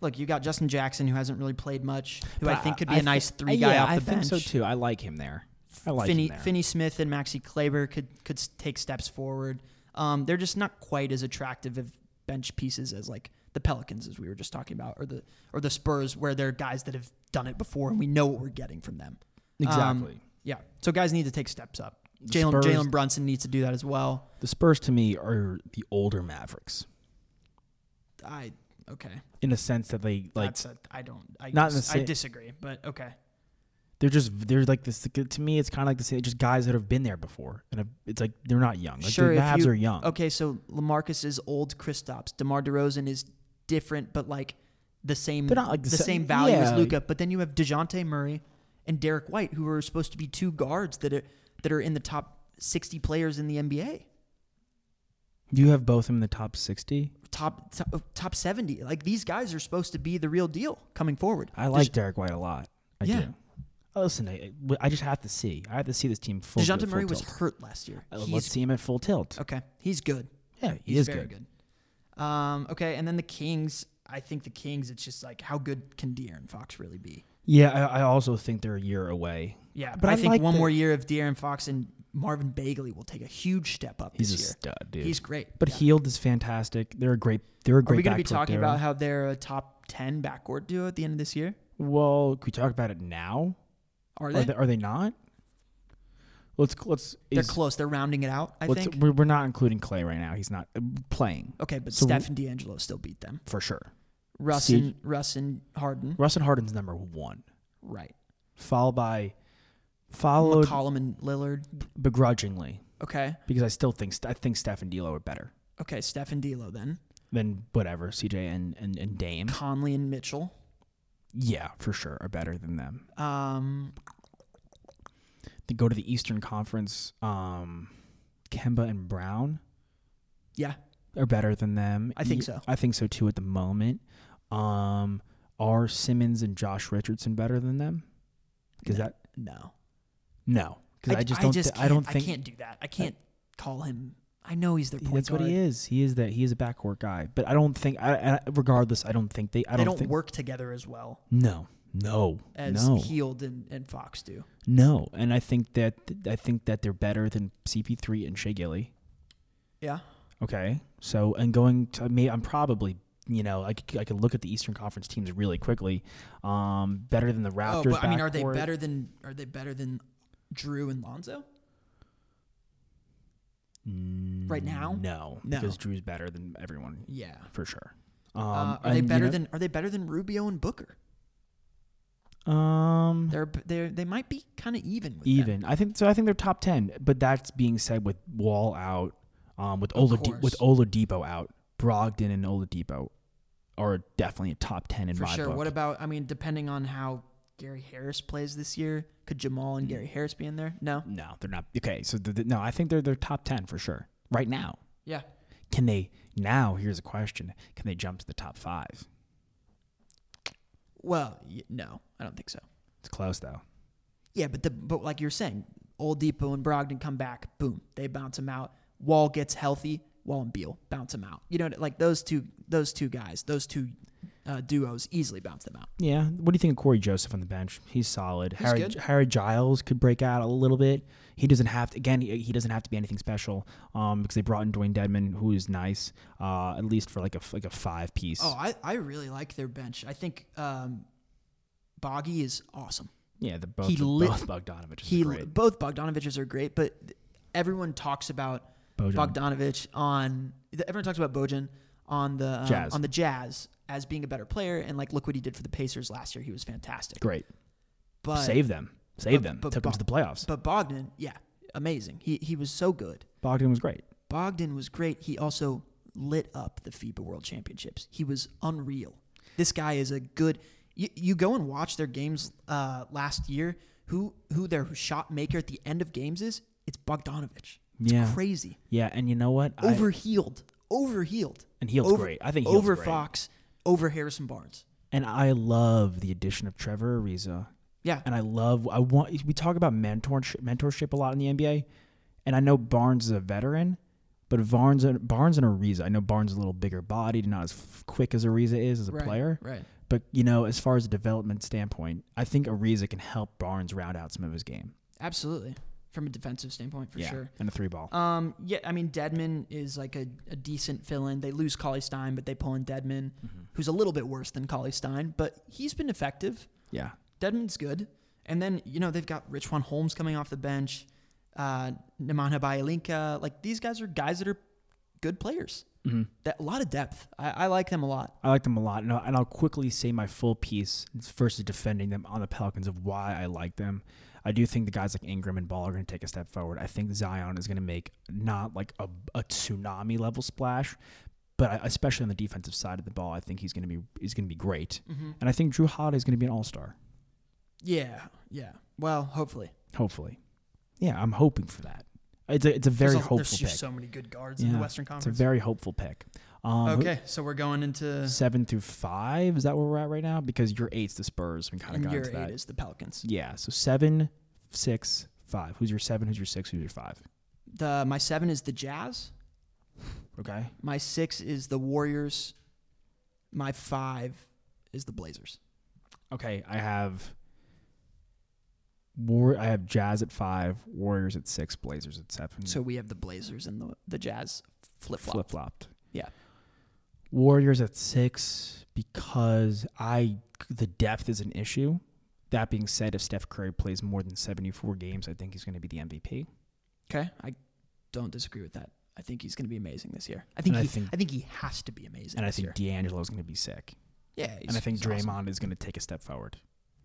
[SPEAKER 5] look, you got Justin Jackson who hasn't really played much, who I
[SPEAKER 1] But
[SPEAKER 5] think could be
[SPEAKER 1] I
[SPEAKER 5] a nice
[SPEAKER 1] thi- uh,
[SPEAKER 5] three guy
[SPEAKER 1] yeah,
[SPEAKER 5] off the
[SPEAKER 1] I
[SPEAKER 5] bench.
[SPEAKER 1] think so too. I like him there. I like
[SPEAKER 5] Finney,
[SPEAKER 1] him there.
[SPEAKER 5] Finney Smith and Maxi Kleber could could s- take steps forward. Um, they're just not quite as attractive of bench pieces as like the Pelicans, as we were just talking about, or the or the Spurs, where they're guys that have done it before and we know what we're getting from them. Um,
[SPEAKER 1] Exactly.
[SPEAKER 5] yeah. So guys need to take steps up.
[SPEAKER 1] The
[SPEAKER 5] Jalen
[SPEAKER 1] Spurs-
[SPEAKER 5] Jalen Brunson needs to do that as well.
[SPEAKER 1] the Spurs to me are the older Mavericks
[SPEAKER 5] I okay.
[SPEAKER 1] in a sense that they like
[SPEAKER 5] That's a, I don't. I,
[SPEAKER 1] Not in
[SPEAKER 5] dis-
[SPEAKER 1] the
[SPEAKER 5] I
[SPEAKER 1] sa-
[SPEAKER 5] disagree, but okay.
[SPEAKER 1] they're just they're like this to me it's kind of like the same just guys that have been there before and it's like they're not young like the
[SPEAKER 5] if
[SPEAKER 1] Mavs
[SPEAKER 5] you-
[SPEAKER 1] are young
[SPEAKER 5] Okay, so Lamarcus is old Kristaps. DeMar DeRozan is different, but like the same.
[SPEAKER 1] They're not, like,
[SPEAKER 5] the,
[SPEAKER 1] the sa-
[SPEAKER 5] same value as
[SPEAKER 1] yeah.
[SPEAKER 5] Luca. But then you have Dejounte Murray and Derek White, who are supposed to be two guards that are that are in the top sixty players in the NBA,
[SPEAKER 1] you have both of them in the top 60
[SPEAKER 5] top top, top seventy. Like these guys are supposed to be the real deal coming forward.
[SPEAKER 1] I like Derek White a lot I
[SPEAKER 5] Yeah.
[SPEAKER 1] do Oh, listen I, I just have to see I have to see this team full
[SPEAKER 5] Dejounte
[SPEAKER 1] full
[SPEAKER 5] Murray was
[SPEAKER 1] tilt.
[SPEAKER 5] hurt last year.
[SPEAKER 1] Uh,
[SPEAKER 5] He's
[SPEAKER 1] let's see him at full tilt
[SPEAKER 5] okay. He's good.
[SPEAKER 1] yeah he
[SPEAKER 5] He's
[SPEAKER 1] is
[SPEAKER 5] very good. Um, okay, and then the Kings. I think the Kings. It's just like how good can De'Aaron Fox really be?
[SPEAKER 1] yeah I, I also think they're a year away
[SPEAKER 5] Yeah,
[SPEAKER 1] But
[SPEAKER 5] but I,
[SPEAKER 1] I
[SPEAKER 5] think
[SPEAKER 1] like
[SPEAKER 5] one
[SPEAKER 1] the-
[SPEAKER 5] more year of De'Aaron Fox and Marvin Bagley will take a huge step up
[SPEAKER 1] he's a
[SPEAKER 5] this year.
[SPEAKER 1] stud dude
[SPEAKER 5] He's great.
[SPEAKER 1] but
[SPEAKER 5] yeah.
[SPEAKER 1] Heald is fantastic they're a great they're a
[SPEAKER 5] Are
[SPEAKER 1] great
[SPEAKER 5] we going to be
[SPEAKER 1] backcourt
[SPEAKER 5] talking
[SPEAKER 1] duo.
[SPEAKER 5] about how they're a top ten backcourt duo at the end of this year?
[SPEAKER 1] well could we talk about it now
[SPEAKER 5] Are they?
[SPEAKER 1] Are they, are they not? Let's let's.
[SPEAKER 5] They're
[SPEAKER 1] is-
[SPEAKER 5] close. They're rounding it out. I
[SPEAKER 1] let's-
[SPEAKER 5] think.
[SPEAKER 1] we're, we're not including Clay right now. He's not uh, playing
[SPEAKER 5] Okay, but
[SPEAKER 1] So-
[SPEAKER 5] Steph and D'Angelo still beat them.
[SPEAKER 1] for sure.
[SPEAKER 5] Russ
[SPEAKER 1] See-
[SPEAKER 5] and Russ and Harden.
[SPEAKER 1] Russ and Harden's number one,
[SPEAKER 5] Right.
[SPEAKER 1] followed by followed
[SPEAKER 5] McCollum and Lillard.
[SPEAKER 1] begrudgingly
[SPEAKER 5] Okay.
[SPEAKER 1] because I still think St- I think Steph and D'Lo are better
[SPEAKER 5] Okay. Steph and D'Lo then.
[SPEAKER 1] than whatever CJ and and, and Dame.
[SPEAKER 5] Conley and Mitchell.
[SPEAKER 1] Yeah, for sure, are better than them.
[SPEAKER 5] Um,
[SPEAKER 1] They go to the Eastern Conference. Um, Kemba and Brown.
[SPEAKER 5] yeah.
[SPEAKER 1] are better than them.
[SPEAKER 5] I think
[SPEAKER 1] Ye-
[SPEAKER 5] so.
[SPEAKER 1] I think so too at the moment. Um, are Simmons and Josh Richardson better than them? Because that
[SPEAKER 5] No.
[SPEAKER 1] no, because I, just don't. thi- I
[SPEAKER 5] can't-
[SPEAKER 1] don't think
[SPEAKER 5] I can't do that. I can't call him. I know he's their point
[SPEAKER 1] that's what
[SPEAKER 5] guard.
[SPEAKER 1] he is. He is that. He is a backcourt guy. But I don't think. I, I regardless, I don't think they. I
[SPEAKER 5] they
[SPEAKER 1] don't,
[SPEAKER 5] don't
[SPEAKER 1] think,
[SPEAKER 5] work together as well
[SPEAKER 1] No, no,
[SPEAKER 5] as
[SPEAKER 1] no,
[SPEAKER 5] Heald and, and Fox do.
[SPEAKER 1] no. And I think that I think that they're better than CP3 and Shea Gilly.
[SPEAKER 5] Yeah.
[SPEAKER 1] Okay. So and going to me, I'm probably you know I could, I could look at the Eastern Conference teams really quickly. Um, better than the Raptors.
[SPEAKER 5] oh, but I mean, are they
[SPEAKER 1] backcourt.
[SPEAKER 5] better than are they better than Drew and Lonzo? Right now?
[SPEAKER 1] Mm, No,
[SPEAKER 5] No.
[SPEAKER 1] because Drew's better than everyone
[SPEAKER 5] Yeah.
[SPEAKER 1] for sure.
[SPEAKER 5] Uh,
[SPEAKER 1] Um,
[SPEAKER 5] are they
[SPEAKER 1] and, you
[SPEAKER 5] better
[SPEAKER 1] know-
[SPEAKER 5] than are they better than Rubio and Booker?
[SPEAKER 1] um
[SPEAKER 5] They're they they might be kind of even with them.
[SPEAKER 1] even? I think so. I think they're top ten. But that's being said with Wall out, um, with
[SPEAKER 5] Of
[SPEAKER 1] Olad- with Oladipo out, Brogdon and Oladipo are definitely a top ten in
[SPEAKER 5] for
[SPEAKER 1] my
[SPEAKER 5] sure.
[SPEAKER 1] book.
[SPEAKER 5] What about I mean, depending on how Gary Harris plays this year, could Jamal
[SPEAKER 1] Mm.
[SPEAKER 5] and Gary Harris be in there? No.
[SPEAKER 1] no, they're not. Okay, so th- th- no, I think they're they're top ten for sure right now.
[SPEAKER 5] Yeah.
[SPEAKER 1] Can they now? Here's a question: Can they jump to the top five?
[SPEAKER 5] Well, y- no, I don't think so.
[SPEAKER 1] It's close though.
[SPEAKER 5] Yeah, but the but like you're saying, Old Depot and Brogdon come back, boom, they bounce him out. Wall gets healthy, Wall and Beal bounce him out. You know, like those two those two guys, those two uh, duos easily bounce them out.
[SPEAKER 1] Yeah. What do you think of Corey Joseph on the bench? He's solid. Harry
[SPEAKER 5] good.
[SPEAKER 1] Harry Giles could break out a little bit. He doesn't have to. Again, he he doesn't have to be anything special. Um, because they brought in Dwayne Dedman, who is nice. Uh, at least for like a f- like a five piece.
[SPEAKER 5] Oh, I, I really like their bench. I think um, Boggy is awesome.
[SPEAKER 1] yeah. The both
[SPEAKER 5] he lit-
[SPEAKER 1] both Bogdanovich.
[SPEAKER 5] He
[SPEAKER 1] He great.
[SPEAKER 5] both Bogdanoviches are great, but th- everyone talks about
[SPEAKER 1] Bojan.
[SPEAKER 5] Bogdanovich on th- everyone talks about Bojan on the um,
[SPEAKER 1] Jazz.
[SPEAKER 5] on the Jazz as being a better player and like look what he did for the Pacers last year. He was fantastic.
[SPEAKER 1] great.
[SPEAKER 5] But
[SPEAKER 1] Save them. Save them.
[SPEAKER 5] but
[SPEAKER 1] Took them to
[SPEAKER 5] Bo-
[SPEAKER 1] the playoffs.
[SPEAKER 5] But Bogdan, yeah, amazing. He he was so good.
[SPEAKER 1] Bogdan was great.
[SPEAKER 5] Bogdan was great. He also lit up the FIBA World Championships. He was unreal. This guy is a good. You, you go and watch their games uh, last year. Who who their shot maker at the end of games is? It's Bogdanovich. It's
[SPEAKER 1] Yeah.
[SPEAKER 5] crazy.
[SPEAKER 1] Yeah, and you know what? I-
[SPEAKER 5] Over healed. Over healed.
[SPEAKER 1] And Heald's great. I think Heald's
[SPEAKER 5] over
[SPEAKER 1] great.
[SPEAKER 5] Fox. Over Harrison Barnes.
[SPEAKER 1] and I love the addition of Trevor Ariza.
[SPEAKER 5] Yeah.
[SPEAKER 1] And I love I want we talk about mentorship mentorship a lot in the NBA. And I know Barnes is a veteran, but Barnes and Barnes and Ariza, I know Barnes is a little bigger bodied, not as f- quick as Ariza is as a
[SPEAKER 5] Right,
[SPEAKER 1] player.
[SPEAKER 5] right.
[SPEAKER 1] But you know, as far as a development standpoint, I think Ariza can help Barnes round out some of his game.
[SPEAKER 5] Absolutely. From a defensive standpoint, for
[SPEAKER 1] yeah.
[SPEAKER 5] sure.
[SPEAKER 1] And a three ball.
[SPEAKER 5] Um, yeah, I mean Deadman is like a, a decent fill-in. They lose Cauley Stein, but they pull in Deadman,
[SPEAKER 1] Mm-hmm.
[SPEAKER 5] who's a little bit worse than Cauley Stein, but he's been effective.
[SPEAKER 1] yeah.
[SPEAKER 5] Deadman's good, and then you know they've got Rich Juan Holmes coming off the bench, uh, Nemanja Bjelica. Like these guys are guys that are good players.
[SPEAKER 1] Mm-hmm.
[SPEAKER 5] That a lot of depth. I, I like them a lot.
[SPEAKER 1] I like them a lot, and I'll, and I'll quickly say my full piece versus defending them on the Pelicans of why I like them. I do think the guys like Ingram and Ball are going to take a step forward. I think Zion is going to make not like a, a tsunami level splash, but I, especially on the defensive side of the ball, I think he's going to be he's going to be great.
[SPEAKER 5] Mm-hmm.
[SPEAKER 1] And I think Drew Holiday is going to be an All Star,
[SPEAKER 5] Yeah, yeah. Well, hopefully.
[SPEAKER 1] hopefully. Yeah, I'm hoping for that. It's a it's a very
[SPEAKER 5] there's a-
[SPEAKER 1] hopeful
[SPEAKER 5] There's
[SPEAKER 1] pick.
[SPEAKER 5] just so many good guards
[SPEAKER 1] yeah,
[SPEAKER 5] in the Western Conference.
[SPEAKER 1] It's a very hopeful pick. Um, who-
[SPEAKER 5] okay, so we're going into
[SPEAKER 1] Seven through five is that where we're at right now? Because your eight's the Spurs. We kind of
[SPEAKER 5] and
[SPEAKER 1] got
[SPEAKER 5] your
[SPEAKER 1] into that.
[SPEAKER 5] eight is the Pelicans.
[SPEAKER 1] Yeah. So seven, six, five. Who's your seven? Who's your six? Who's your five?
[SPEAKER 5] The my seven is the Jazz.
[SPEAKER 1] Okay.
[SPEAKER 5] My six is the Warriors. My five is the Blazers.
[SPEAKER 1] Okay. I have war. I have Jazz at five, Warriors at six, Blazers at seven.
[SPEAKER 5] So we have the Blazers and the, the Jazz flip flop.
[SPEAKER 1] flip flopped.
[SPEAKER 5] Yeah.
[SPEAKER 1] Warriors at six because I the depth is an issue. That being said, if Steph Curry plays more than seventy-four games, I think he's going to be the MVP.
[SPEAKER 5] Okay. I don't disagree with that. I think he's going to be amazing this year. I think
[SPEAKER 1] And I
[SPEAKER 5] he, I
[SPEAKER 1] think-
[SPEAKER 5] think, he has to be amazing.
[SPEAKER 1] And I
[SPEAKER 5] this
[SPEAKER 1] think
[SPEAKER 5] year.
[SPEAKER 1] D'Angelo is going to be sick.
[SPEAKER 5] yeah,
[SPEAKER 1] And I think
[SPEAKER 5] he's awesome.
[SPEAKER 1] Draymond is going to take a step forward.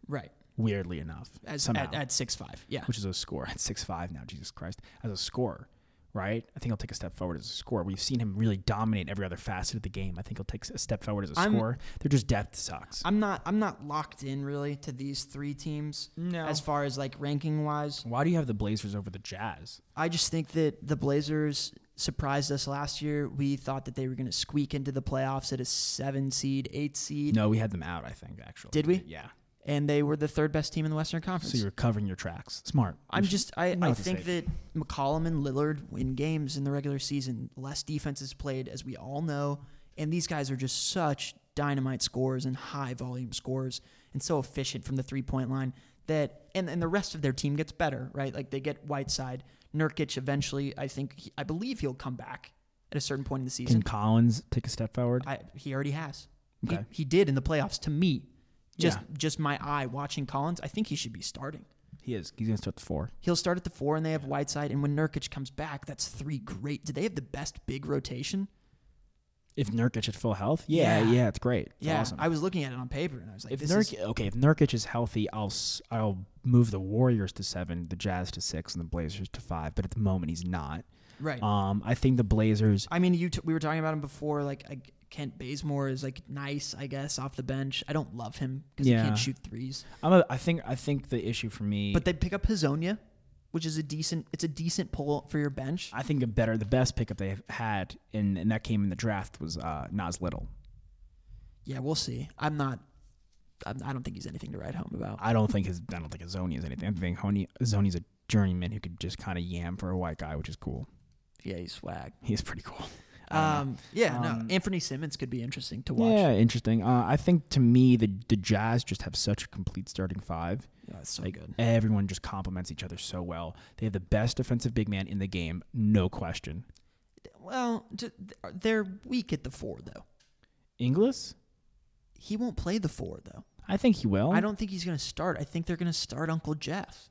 [SPEAKER 5] right
[SPEAKER 1] Weirdly enough,
[SPEAKER 5] as
[SPEAKER 1] somehow.
[SPEAKER 5] at, at six five. Yeah,
[SPEAKER 1] which is a score at six five now. Jesus Christ, as a scorer, right? I think he'll take a step forward as a scorer. We've seen him really dominate every other facet of the game. I think he'll take a step forward as a
[SPEAKER 5] I'm-
[SPEAKER 1] scorer. They're just depth sucks.
[SPEAKER 5] I'm not I'm not locked in really to these three teams
[SPEAKER 1] No.
[SPEAKER 5] as far as like ranking wise.
[SPEAKER 1] Why do you have the Blazers over the Jazz?
[SPEAKER 5] I just think that the Blazers surprised us last year. We thought that they were going to squeak into the playoffs at a seven seed, eight seed,
[SPEAKER 1] No, we had them out. I think actually.
[SPEAKER 5] Did we?
[SPEAKER 1] Yeah.
[SPEAKER 5] and they were the third best team in the Western Conference.
[SPEAKER 1] So you're covering your tracks. Smart.
[SPEAKER 5] I'm
[SPEAKER 1] You should-
[SPEAKER 5] just, I,
[SPEAKER 1] know
[SPEAKER 5] I
[SPEAKER 1] what to
[SPEAKER 5] think
[SPEAKER 1] say.
[SPEAKER 5] that McCollum and Lillard win games in the regular season. Less defense is played, as we all know. And these guys are just such dynamite scorers and high volume scorers and so efficient from the three point line that, and, and the rest of their team gets better, right? Like they get Whiteside. Nurkic eventually, I think, he, I believe he'll come back at a certain point in the
[SPEAKER 1] can
[SPEAKER 5] season.
[SPEAKER 1] Collins take a step forward?
[SPEAKER 5] I, he already has.
[SPEAKER 1] Okay.
[SPEAKER 5] He, he did in the playoffs to me. Just
[SPEAKER 1] Yeah.
[SPEAKER 5] just my eye watching Collins, I think he should be starting.
[SPEAKER 1] he is. He's gonna start the four.
[SPEAKER 5] He'll start at the four, and they have Whiteside. And when Nurkic comes back, that's three great. Do they have the best big rotation?
[SPEAKER 1] If Nurkic at full health, yeah, yeah,
[SPEAKER 5] Yeah.
[SPEAKER 1] it's great. It's
[SPEAKER 5] yeah,
[SPEAKER 1] awesome.
[SPEAKER 5] I was looking at it on paper, and I was like,
[SPEAKER 1] If
[SPEAKER 5] this
[SPEAKER 1] Nurk,
[SPEAKER 5] is-
[SPEAKER 1] okay, if Nurkic is healthy, I'll s- I'll move the Warriors to seven, the Jazz to six, and the Blazers to five. But at the moment, he's not.
[SPEAKER 5] right.
[SPEAKER 1] Um, I think the Blazers.
[SPEAKER 5] I mean, you t- we were talking about him before. Like I, Kent Bazemore is like nice, I guess, off the bench. I don't love him because
[SPEAKER 1] Yeah.
[SPEAKER 5] he can't shoot threes.
[SPEAKER 1] I'm a, I think I think the issue for me,
[SPEAKER 5] But they pick up Hazonia, which is a decent. It's a decent pull for your bench.
[SPEAKER 1] I think a better, the best pickup they've had, and, and that came in the draft was uh, Nas Little.
[SPEAKER 5] yeah, we'll see. I'm not. I'm, I don't think he's anything to write home about.
[SPEAKER 1] I don't think his I don't think his Zoni is anything. I think Honey Zoni's a journeyman who could just kind of yam for a white guy, which is cool.
[SPEAKER 5] yeah, he's swag.
[SPEAKER 1] He's pretty cool.
[SPEAKER 5] Um, yeah, no. Anthony Simmons could be interesting to watch.
[SPEAKER 1] Yeah, interesting. Uh, I think to me the the Jazz just have such a complete starting five.
[SPEAKER 5] Yeah, it's so
[SPEAKER 1] Like
[SPEAKER 5] good.
[SPEAKER 1] everyone just complements each other so well. They have the best defensive big man in the game, no question.
[SPEAKER 5] Well, d- th- uh, they're weak at the four though.
[SPEAKER 1] Inglis,
[SPEAKER 5] He won't play the four though.
[SPEAKER 1] I think he will.
[SPEAKER 5] I don't think he's going to start. I think they're going to start Uncle Jeff.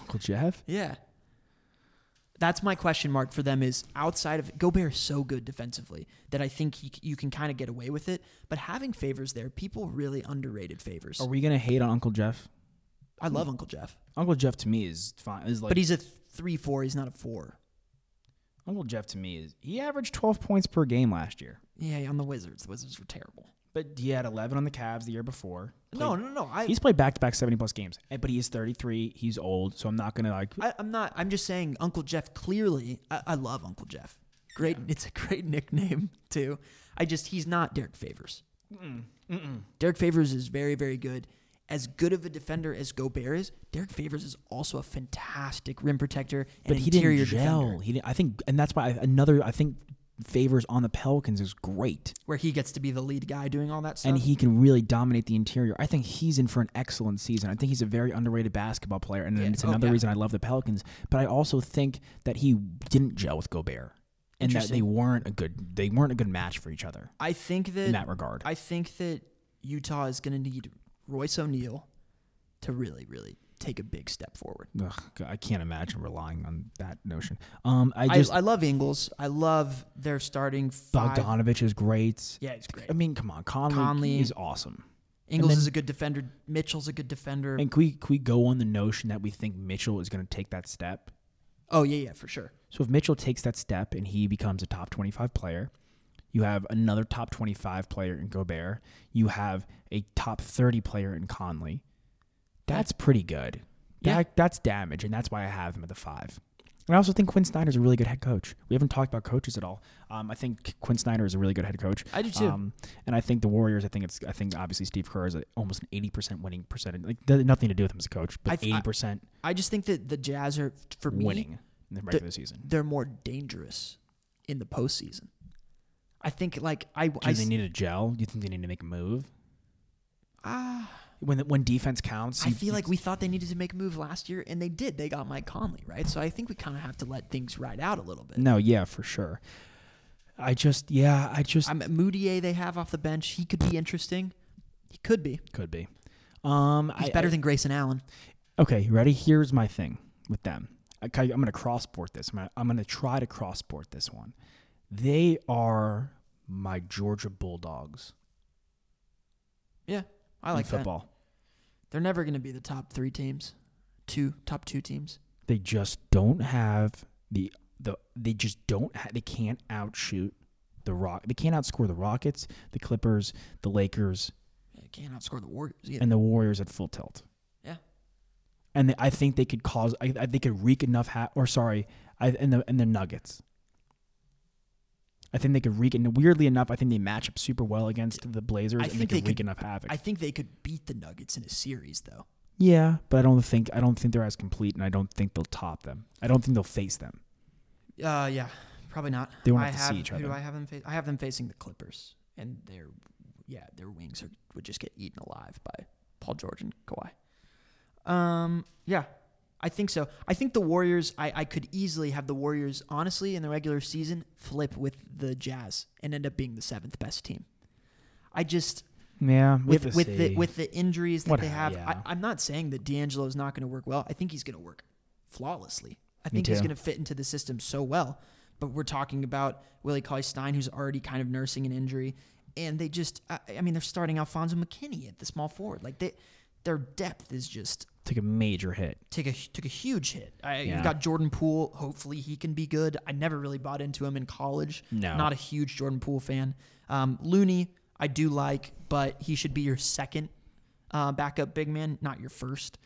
[SPEAKER 1] Uncle Jeff.
[SPEAKER 5] Yeah. That's my question mark for them is outside of Gobert is so good defensively that I think he, c- you can kind of get away with it. But having favors there, people really underrated favors.
[SPEAKER 1] Are we gonna hate on Uncle Jeff?
[SPEAKER 5] I love Uncle Jeff,
[SPEAKER 1] Uncle Jeff to me is fine. Is like
[SPEAKER 5] but he's a three four. He's not a four.
[SPEAKER 1] Uncle Jeff to me is he averaged 12 points per game last year,
[SPEAKER 5] Yeah, on the Wizards. The Wizards were terrible.
[SPEAKER 1] but he had 11 on the Cavs the year before.
[SPEAKER 5] No, no, no. I,
[SPEAKER 1] He's played back to back 70 plus games, eh, but he is 33. He's old, so I'm not gonna like.
[SPEAKER 5] I, I'm not. I'm just saying, Uncle Jeff. Clearly, I, I love Uncle Jeff. Great. It's a great nickname too. I just he's not Derek Favors. Derek Favors is very, very good. As good of a defender as Gobert is, Derek Favors is also a fantastic rim protector and
[SPEAKER 1] But he
[SPEAKER 5] interior
[SPEAKER 1] didn't gel.
[SPEAKER 5] defender,
[SPEAKER 1] He didn't, I think, and that's why I, another. I think favors on the Pelicans is great,
[SPEAKER 5] where he gets to be the lead guy doing all that stuff.
[SPEAKER 1] and he can really dominate the interior. I think he's in for an excellent season. I think he's a very underrated basketball player, and it's
[SPEAKER 5] oh,
[SPEAKER 1] another
[SPEAKER 5] yeah.
[SPEAKER 1] reason I love the Pelicans. But I also think that he didn't gel with Gobert, and that they
[SPEAKER 5] Interesting.
[SPEAKER 1] weren't a good. They weren't a good match for each other.
[SPEAKER 5] I think that
[SPEAKER 1] in that regard.
[SPEAKER 5] I think that Utah is going to need Royce O'Neal to really, really take a big step forward.
[SPEAKER 1] Ugh, God, I can't imagine relying on that notion. Um, I
[SPEAKER 5] I,
[SPEAKER 1] just
[SPEAKER 5] I, love Ingles. I love their starting five.
[SPEAKER 1] Bogdanovich is great.
[SPEAKER 5] Yeah, he's great.
[SPEAKER 1] I mean, come on, Conley,
[SPEAKER 5] Conley.
[SPEAKER 1] is awesome.
[SPEAKER 5] Ingles
[SPEAKER 1] and then-
[SPEAKER 5] is a good defender. Mitchell's a good defender.
[SPEAKER 1] And can we, can we go on the notion that we think Mitchell is going to take that step?
[SPEAKER 5] oh yeah, yeah, for sure.
[SPEAKER 1] So if Mitchell takes that step and he becomes a top 25 player, you have another top 25 player in Gobert. You have a top 30 player in Conley. That's pretty good. That,
[SPEAKER 5] Yeah.
[SPEAKER 1] That's damage, and that's why I have him at the five. And I also think Quinn Snyder's a really good head coach. We haven't talked about coaches at all. Um, I think Quinn Snyder is a really good head coach.
[SPEAKER 5] I do too.
[SPEAKER 1] Um, and I think the Warriors. I think it's. I think obviously Steve Kerr is a, almost an eighty percent winning percentage. Like th- nothing to do with him as a coach,
[SPEAKER 5] I
[SPEAKER 1] but
[SPEAKER 5] th- I-
[SPEAKER 1] eighty percent
[SPEAKER 5] I just think that the Jazz are for me
[SPEAKER 1] winning in the regular season.
[SPEAKER 5] They're more dangerous in the postseason. I think like I,
[SPEAKER 1] Do
[SPEAKER 5] I
[SPEAKER 1] you
[SPEAKER 5] s-
[SPEAKER 1] think they need to gel? Do you think they need to make a move?
[SPEAKER 5] ah,
[SPEAKER 1] When when defense counts,
[SPEAKER 5] I
[SPEAKER 1] you-
[SPEAKER 5] feel like we thought they needed to make a move last year, and they did. They got Mike Conley, right? So I think we kind of have to let things ride out a little bit.
[SPEAKER 1] no, yeah, for sure. I just, yeah, I just
[SPEAKER 5] I'm Moutier they have off the bench. He could be interesting. He could be.
[SPEAKER 1] could be. Um,
[SPEAKER 5] He's
[SPEAKER 1] I,
[SPEAKER 5] better than Grayson Allen.
[SPEAKER 1] I, okay. you Ready? Here's my thing with them. Okay, I'm gonna crossport this. I'm gonna, I'm gonna try to crossport this one. They are my Georgia Bulldogs
[SPEAKER 5] Yeah, I
[SPEAKER 1] in
[SPEAKER 5] like that.
[SPEAKER 1] football.
[SPEAKER 5] They're never going to be the top three teams, two top two teams.
[SPEAKER 1] They just don't have the the. They just don't. Ha- they can't outshoot the rock. They can't outscore the Rockets, the Clippers, the Lakers,
[SPEAKER 5] They can't outscore the Warriors either.
[SPEAKER 1] and the Warriors at full tilt.
[SPEAKER 5] yeah,
[SPEAKER 1] And they, I think they could cause. I, I, they could wreak enough. Ha- or sorry, I, and the and the Nuggets. I think they could wreak. And weirdly enough, I think they match up super well against the Blazers,
[SPEAKER 5] I
[SPEAKER 1] and they
[SPEAKER 5] think
[SPEAKER 1] could
[SPEAKER 5] they
[SPEAKER 1] wreak
[SPEAKER 5] could-
[SPEAKER 1] enough havoc.
[SPEAKER 5] I think they could beat the Nuggets in a series though.
[SPEAKER 1] yeah, but I don't think I don't think they're as complete, and I don't think they'll top them. I don't think they'll face them.
[SPEAKER 5] Uh, yeah, probably not.
[SPEAKER 1] They won't
[SPEAKER 5] I
[SPEAKER 1] have to see
[SPEAKER 5] have,
[SPEAKER 1] each
[SPEAKER 5] who
[SPEAKER 1] other.
[SPEAKER 5] do I have them? Fa- I have them facing the Clippers, and their yeah, their wings are, would just get eaten alive by Paul George and Kawhi. Um, yeah, I think so. I think the Warriors. I, I could easily have the Warriors honestly in the regular season flip with the Jazz and end up being the seventh best team. I just
[SPEAKER 1] Yeah,
[SPEAKER 5] with
[SPEAKER 1] the
[SPEAKER 5] with the
[SPEAKER 1] C.
[SPEAKER 5] with the injuries that
[SPEAKER 1] What
[SPEAKER 5] they
[SPEAKER 1] ha-
[SPEAKER 5] have.
[SPEAKER 1] yeah.
[SPEAKER 5] I, I'm not saying that D'Angelo is not going to work well. I think he's going to work flawlessly. I
[SPEAKER 1] Me
[SPEAKER 5] think he's
[SPEAKER 1] too.
[SPEAKER 5] going to fit into the system so well. But we're talking about Willie Cauley Stein, who's already kind of nursing an injury, and they just. I, I mean, they're starting Alfonso McKinney at the small forward. Like they, their depth is just
[SPEAKER 1] took a major hit.
[SPEAKER 5] take a took a huge hit. I,
[SPEAKER 1] Yeah.
[SPEAKER 5] You've got Jordan Poole. Hopefully he can be good. I never really bought into him in college.
[SPEAKER 1] No.
[SPEAKER 5] Not a huge Jordan Poole fan. Um, Looney, I do like, but he should be your second uh, backup big man, not your first.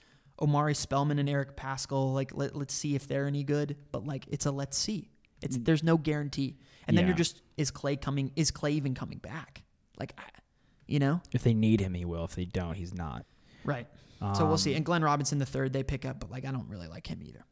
[SPEAKER 5] Omari Spellman and Eric Pascal, like let, let's see if they're any good, but like it's a let's see. It's there's no guarantee. And then
[SPEAKER 1] Mm. Yeah.
[SPEAKER 5] you're just is Clay coming is Clay even coming back? Like I, you know?
[SPEAKER 1] If they need him, he will. If they don't, he's not.
[SPEAKER 5] Right. so we'll
[SPEAKER 1] Um,
[SPEAKER 5] see. And Glenn Robinson, the third, they pick up, but like I don't really like him either.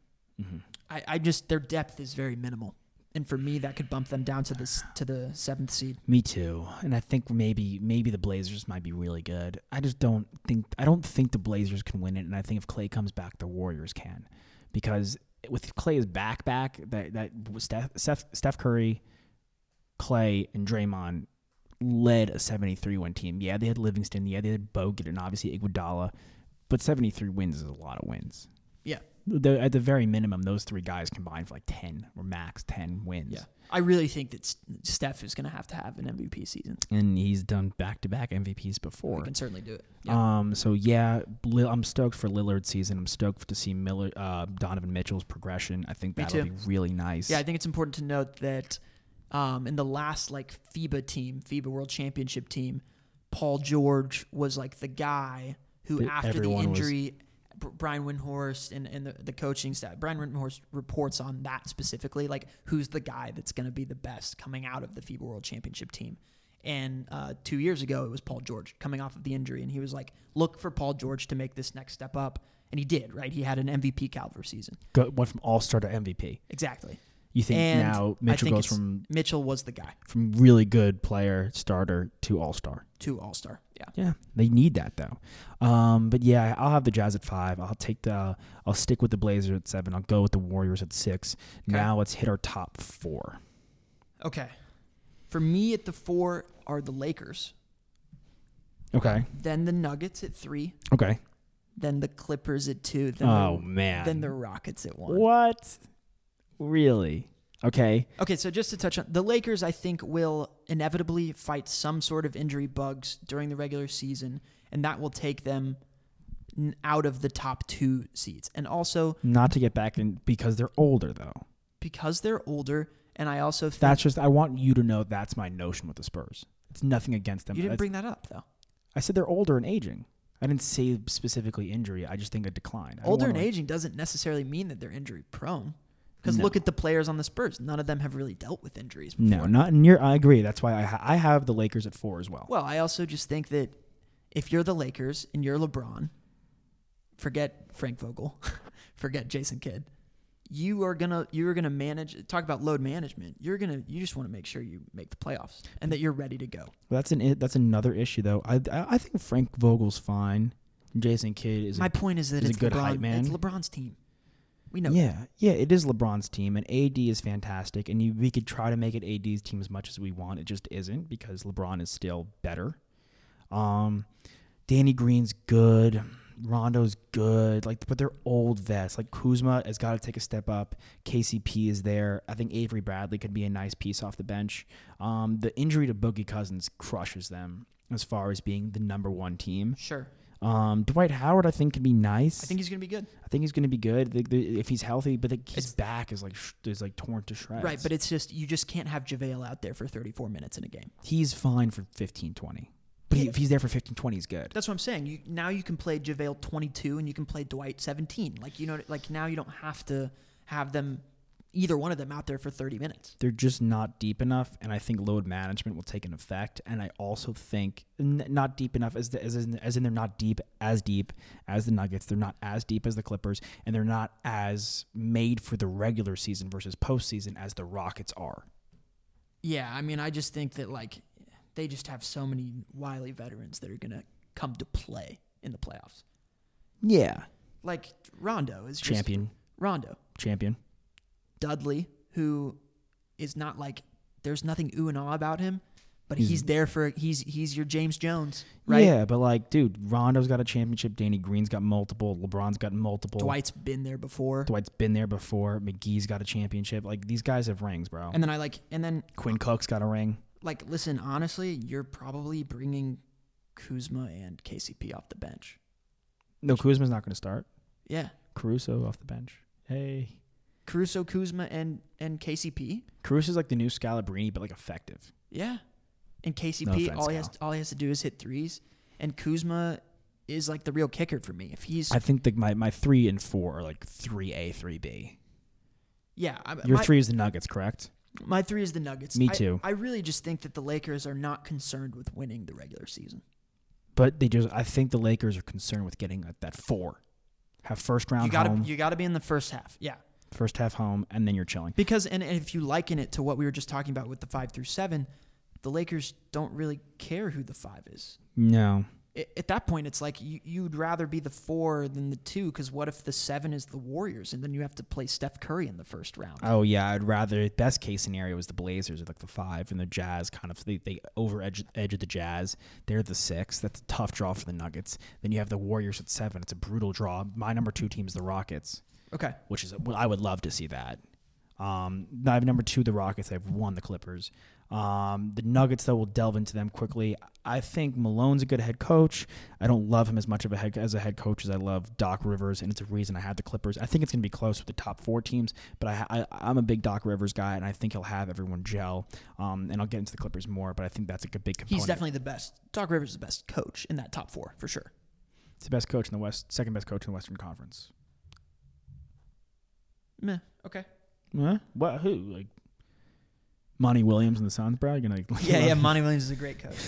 [SPEAKER 1] Mm-hmm.
[SPEAKER 5] I, I just their depth is very minimal, and for me, that could bump them down to this to the seventh seed.
[SPEAKER 1] Me too. And I think maybe maybe the Blazers might be really good. I just don't think I don't think the Blazers can win it. And I think if Clay comes back, the Warriors can, because with Clay's back back that that Steph Steph, Steph Curry, Clay and Draymond led a 73 win team. Yeah, they had Livingston. Yeah, they had Bogut and obviously Iguodala, but 73 wins is a lot of wins.
[SPEAKER 5] Yeah,
[SPEAKER 1] The, at the very minimum, those three guys combined for like ten or max ten wins.
[SPEAKER 5] Yeah. I really think that S- Steph is going to have to have an MVP season.
[SPEAKER 1] and he's done back to back MVPs before.
[SPEAKER 5] We can certainly do it. Yeah.
[SPEAKER 1] Um. So yeah, Lil- I'm stoked for Lillard's season. I'm stoked to see Miller, uh, Donovan Mitchell's progression. I think that'll
[SPEAKER 5] too.
[SPEAKER 1] be really nice.
[SPEAKER 5] Yeah, I think it's important to note that um, in the last like FIBA team, FIBA World Championship team, Paul George was like the guy who,
[SPEAKER 1] That
[SPEAKER 5] after the
[SPEAKER 1] everyone was-
[SPEAKER 5] injury, Br- Brian Windhorst and, and the, the coaching staff, Brian Windhorst reports on that specifically, like who's the guy that's going to be the best coming out of the FIBA World Championship team. And uh, two years ago, it was Paul George coming off of the injury, and he was like, "Look for Paul George to make this next step up," and he did. Right, he had an MVP caliber season.
[SPEAKER 1] Go, went from All Star to MVP.
[SPEAKER 5] Exactly.
[SPEAKER 1] You think
[SPEAKER 5] And
[SPEAKER 1] now
[SPEAKER 5] I
[SPEAKER 1] Mitchell
[SPEAKER 5] think
[SPEAKER 1] goes
[SPEAKER 5] it's-
[SPEAKER 1] from
[SPEAKER 5] Mitchell was the guy
[SPEAKER 1] from really good player starter to All Star.
[SPEAKER 5] to All Star. Yeah.
[SPEAKER 1] Yeah, they need that though. Um, but yeah, I'll have the Jazz at five. I'll take the. I'll stick with the Blazers at seven. I'll go with the Warriors at six. Now let's hit our top four.
[SPEAKER 5] Okay. For me, at the four are the Lakers,
[SPEAKER 1] Okay.
[SPEAKER 5] then the Nuggets at three,
[SPEAKER 1] Okay.
[SPEAKER 5] then the Clippers at two, then,
[SPEAKER 1] oh
[SPEAKER 5] the,
[SPEAKER 1] man.
[SPEAKER 5] then the Rockets at one.
[SPEAKER 1] what? Really? Okay.
[SPEAKER 5] Okay, so just to touch on the Lakers, I think will inevitably fight some sort of injury bugs during the regular season, and that will take them n- out of the top two seeds. And also
[SPEAKER 1] Not to get back in because they're older though.
[SPEAKER 5] because they're older, and I also think
[SPEAKER 1] That's just I want you to know that's my notion with the Spurs. It's nothing against them.
[SPEAKER 5] you didn't
[SPEAKER 1] That's-
[SPEAKER 5] bring that up though.
[SPEAKER 1] I said they're older and aging. I didn't say specifically injury. I just think a decline. I don't
[SPEAKER 5] older and
[SPEAKER 1] wanna-
[SPEAKER 5] aging doesn't necessarily mean that they're injury prone. Because
[SPEAKER 1] No.
[SPEAKER 5] look at the players on the Spurs; none of them have really dealt with injuries. Before.
[SPEAKER 1] No, not near. I agree. That's why I ha- I have the Lakers at four as well.
[SPEAKER 5] Well, I also just think that if you're the Lakers and you're LeBron, forget Frank Vogel, forget Jason Kidd. You are gonna you are gonna manage. Talk about load management. You're gonna you just want to make sure you make the playoffs and that you're ready to go.
[SPEAKER 1] Well, that's an i- that's another issue though. I I I think Frank Vogel's fine. Jason Kidd is a-
[SPEAKER 5] My point is that
[SPEAKER 1] he's a
[SPEAKER 5] it's
[SPEAKER 1] good hype
[SPEAKER 5] LeBron.
[SPEAKER 1] man.
[SPEAKER 5] It's LeBron's team. We know. that.
[SPEAKER 1] yeah, yeah. It is LeBron's team, and AD is fantastic. And you, we could try to make it AD's team as much as we want. It just isn't because LeBron is still better. Um, Danny Green's good. Rondo's good, like, but they're old vets. Like Kuzma has got to take a step up. KCP is there. I think Avery Bradley could be a nice piece off the bench. Um, the injury to Boogie Cousins crushes them as far as being the number one team.
[SPEAKER 5] Sure.
[SPEAKER 1] Um, Dwight Howard, I think, could be nice.
[SPEAKER 5] I think he's gonna be good.
[SPEAKER 1] I think he's going to be good the, the, if he's healthy. But the, his
[SPEAKER 5] It's-
[SPEAKER 1] back is like sh- is like torn to shreds.
[SPEAKER 5] Right, but it's just you just can't have JaVale out there for 34 minutes in a game.
[SPEAKER 1] he's fine for 15, 20. But he, if he's there for 15, 20, he's good.
[SPEAKER 5] That's what I'm saying. You now you can play JaVale 22 and you can play Dwight 17. Like you know, like now you don't have to have them either one of them out there for 30 minutes.
[SPEAKER 1] They're just not deep enough, and I think load management will take an effect. And I also think n- not deep enough as the, as in, as in they're not deep as deep as the Nuggets. They're not as deep as the Clippers, and they're not as made for the regular season versus postseason as the Rockets are.
[SPEAKER 5] Yeah, I mean, I just think that like they just have so many wily veterans that are gonna come to play in the playoffs.
[SPEAKER 1] Yeah,
[SPEAKER 5] Like Rondo is just-
[SPEAKER 1] champion,
[SPEAKER 5] Rondo
[SPEAKER 1] champion.
[SPEAKER 5] Dudley, who is not like there's nothing ooh and ah about him, but he's there for he's he's your James Jones, right?
[SPEAKER 1] Yeah, but like, dude, Rondo's got a championship. Danny Green's got multiple. LeBron's got multiple.
[SPEAKER 5] Dwight's been there before.
[SPEAKER 1] Dwight's been there before. McGee's got a championship. Like these guys have rings, bro.
[SPEAKER 5] And then I like, and then
[SPEAKER 1] Quinn Cook's got a ring.
[SPEAKER 5] like, listen, honestly, you're probably bringing Kuzma and KCP off the bench.
[SPEAKER 1] No, Kuzma's not going to start.
[SPEAKER 5] Yeah,
[SPEAKER 1] Caruso off the bench. Hey,
[SPEAKER 5] Caruso, Kuzma, and and KCP.
[SPEAKER 1] Caruso's like the new Scalabrini, but like effective.
[SPEAKER 5] Yeah, and KCP.
[SPEAKER 1] offense,
[SPEAKER 5] all he has
[SPEAKER 1] Cal.
[SPEAKER 5] all he has to do is hit threes, and Kuzma is like the real kicker for me. If he's
[SPEAKER 1] I think that my my three and four are like three A, three B.
[SPEAKER 5] yeah, I,
[SPEAKER 1] Your
[SPEAKER 5] my,
[SPEAKER 1] three is the Nuggets, correct?
[SPEAKER 5] My three is the Nuggets.
[SPEAKER 1] Me
[SPEAKER 5] I-
[SPEAKER 1] too.
[SPEAKER 5] I really just think that the Lakers are not concerned with winning the regular season.
[SPEAKER 1] But they just, I think the Lakers are concerned with getting that- that four. Have first round
[SPEAKER 5] You gotta
[SPEAKER 1] home,
[SPEAKER 5] you gotta be in the first half. Yeah.
[SPEAKER 1] first half home, and then you're chilling.
[SPEAKER 5] Because and if you liken it to what we were just talking about with the five through seven, the Lakers don't really care who the five is.
[SPEAKER 1] No,
[SPEAKER 5] I- At that point, it's like you, you'd rather be the four than the two. Because what if the seven is the Warriors, and then you have to play Steph Curry in the first round?
[SPEAKER 1] Oh yeah, I'd rather best case scenario is the Blazers are like the five and the Jazz kind of they, they over edge, edge of the Jazz. They're the six. That's a tough draw for the Nuggets. Then you have the Warriors at seven. It's a brutal draw. My number two team is the Rockets.
[SPEAKER 5] Okay.
[SPEAKER 1] which is well, I would love to see that. Um, I have number two, the Rockets. I've won the Clippers. Um, the Nuggets, though, we'll delve into them quickly. I think Malone's a good head coach. I don't love him as much of a head, as a head coach as I love Doc Rivers, and it's a reason I have the Clippers. I think it's going to be close with the top four teams, but I, I, I'm a big Doc Rivers guy, and I think he'll have everyone gel. Um, and I'll get into the Clippers more, but I think that's a good big component.
[SPEAKER 5] He's definitely the best. Doc Rivers is the best coach in that top four for sure.
[SPEAKER 1] He's the best coach in the West, second best coach in the Western Conference.
[SPEAKER 5] Meh. Okay.
[SPEAKER 1] Huh? What? Who? Like Monty Williams and the Suns, bro? You're gonna like,
[SPEAKER 5] Yeah, yeah. Monty Williams is a great coach.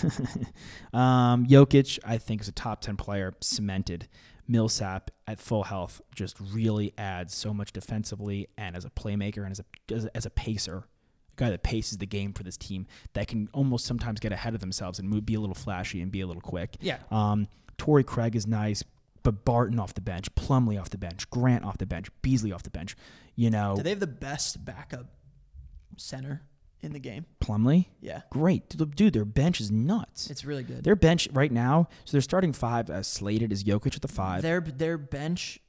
[SPEAKER 1] Um, Jokic, I think, is a top ten player, cemented. Millsap at full health just really adds so much defensively and as a playmaker and as a as, a- as a pacer, a guy that paces the game for this team that can almost sometimes get ahead of themselves and move, be a little flashy and be a little quick.
[SPEAKER 5] Yeah.
[SPEAKER 1] Um, Torrey Craig is nice, but Barton off the bench, Plumlee off the bench, Grant off the bench, Beasley off the bench. You know,
[SPEAKER 5] Do they have the best backup center in the game?
[SPEAKER 1] Plumlee.
[SPEAKER 5] Yeah.
[SPEAKER 1] Great, dude. dude, Their bench is nuts.
[SPEAKER 5] It's really good.
[SPEAKER 1] Their bench right now, so their starting five as slated is Jokic at the five,
[SPEAKER 5] Their their bench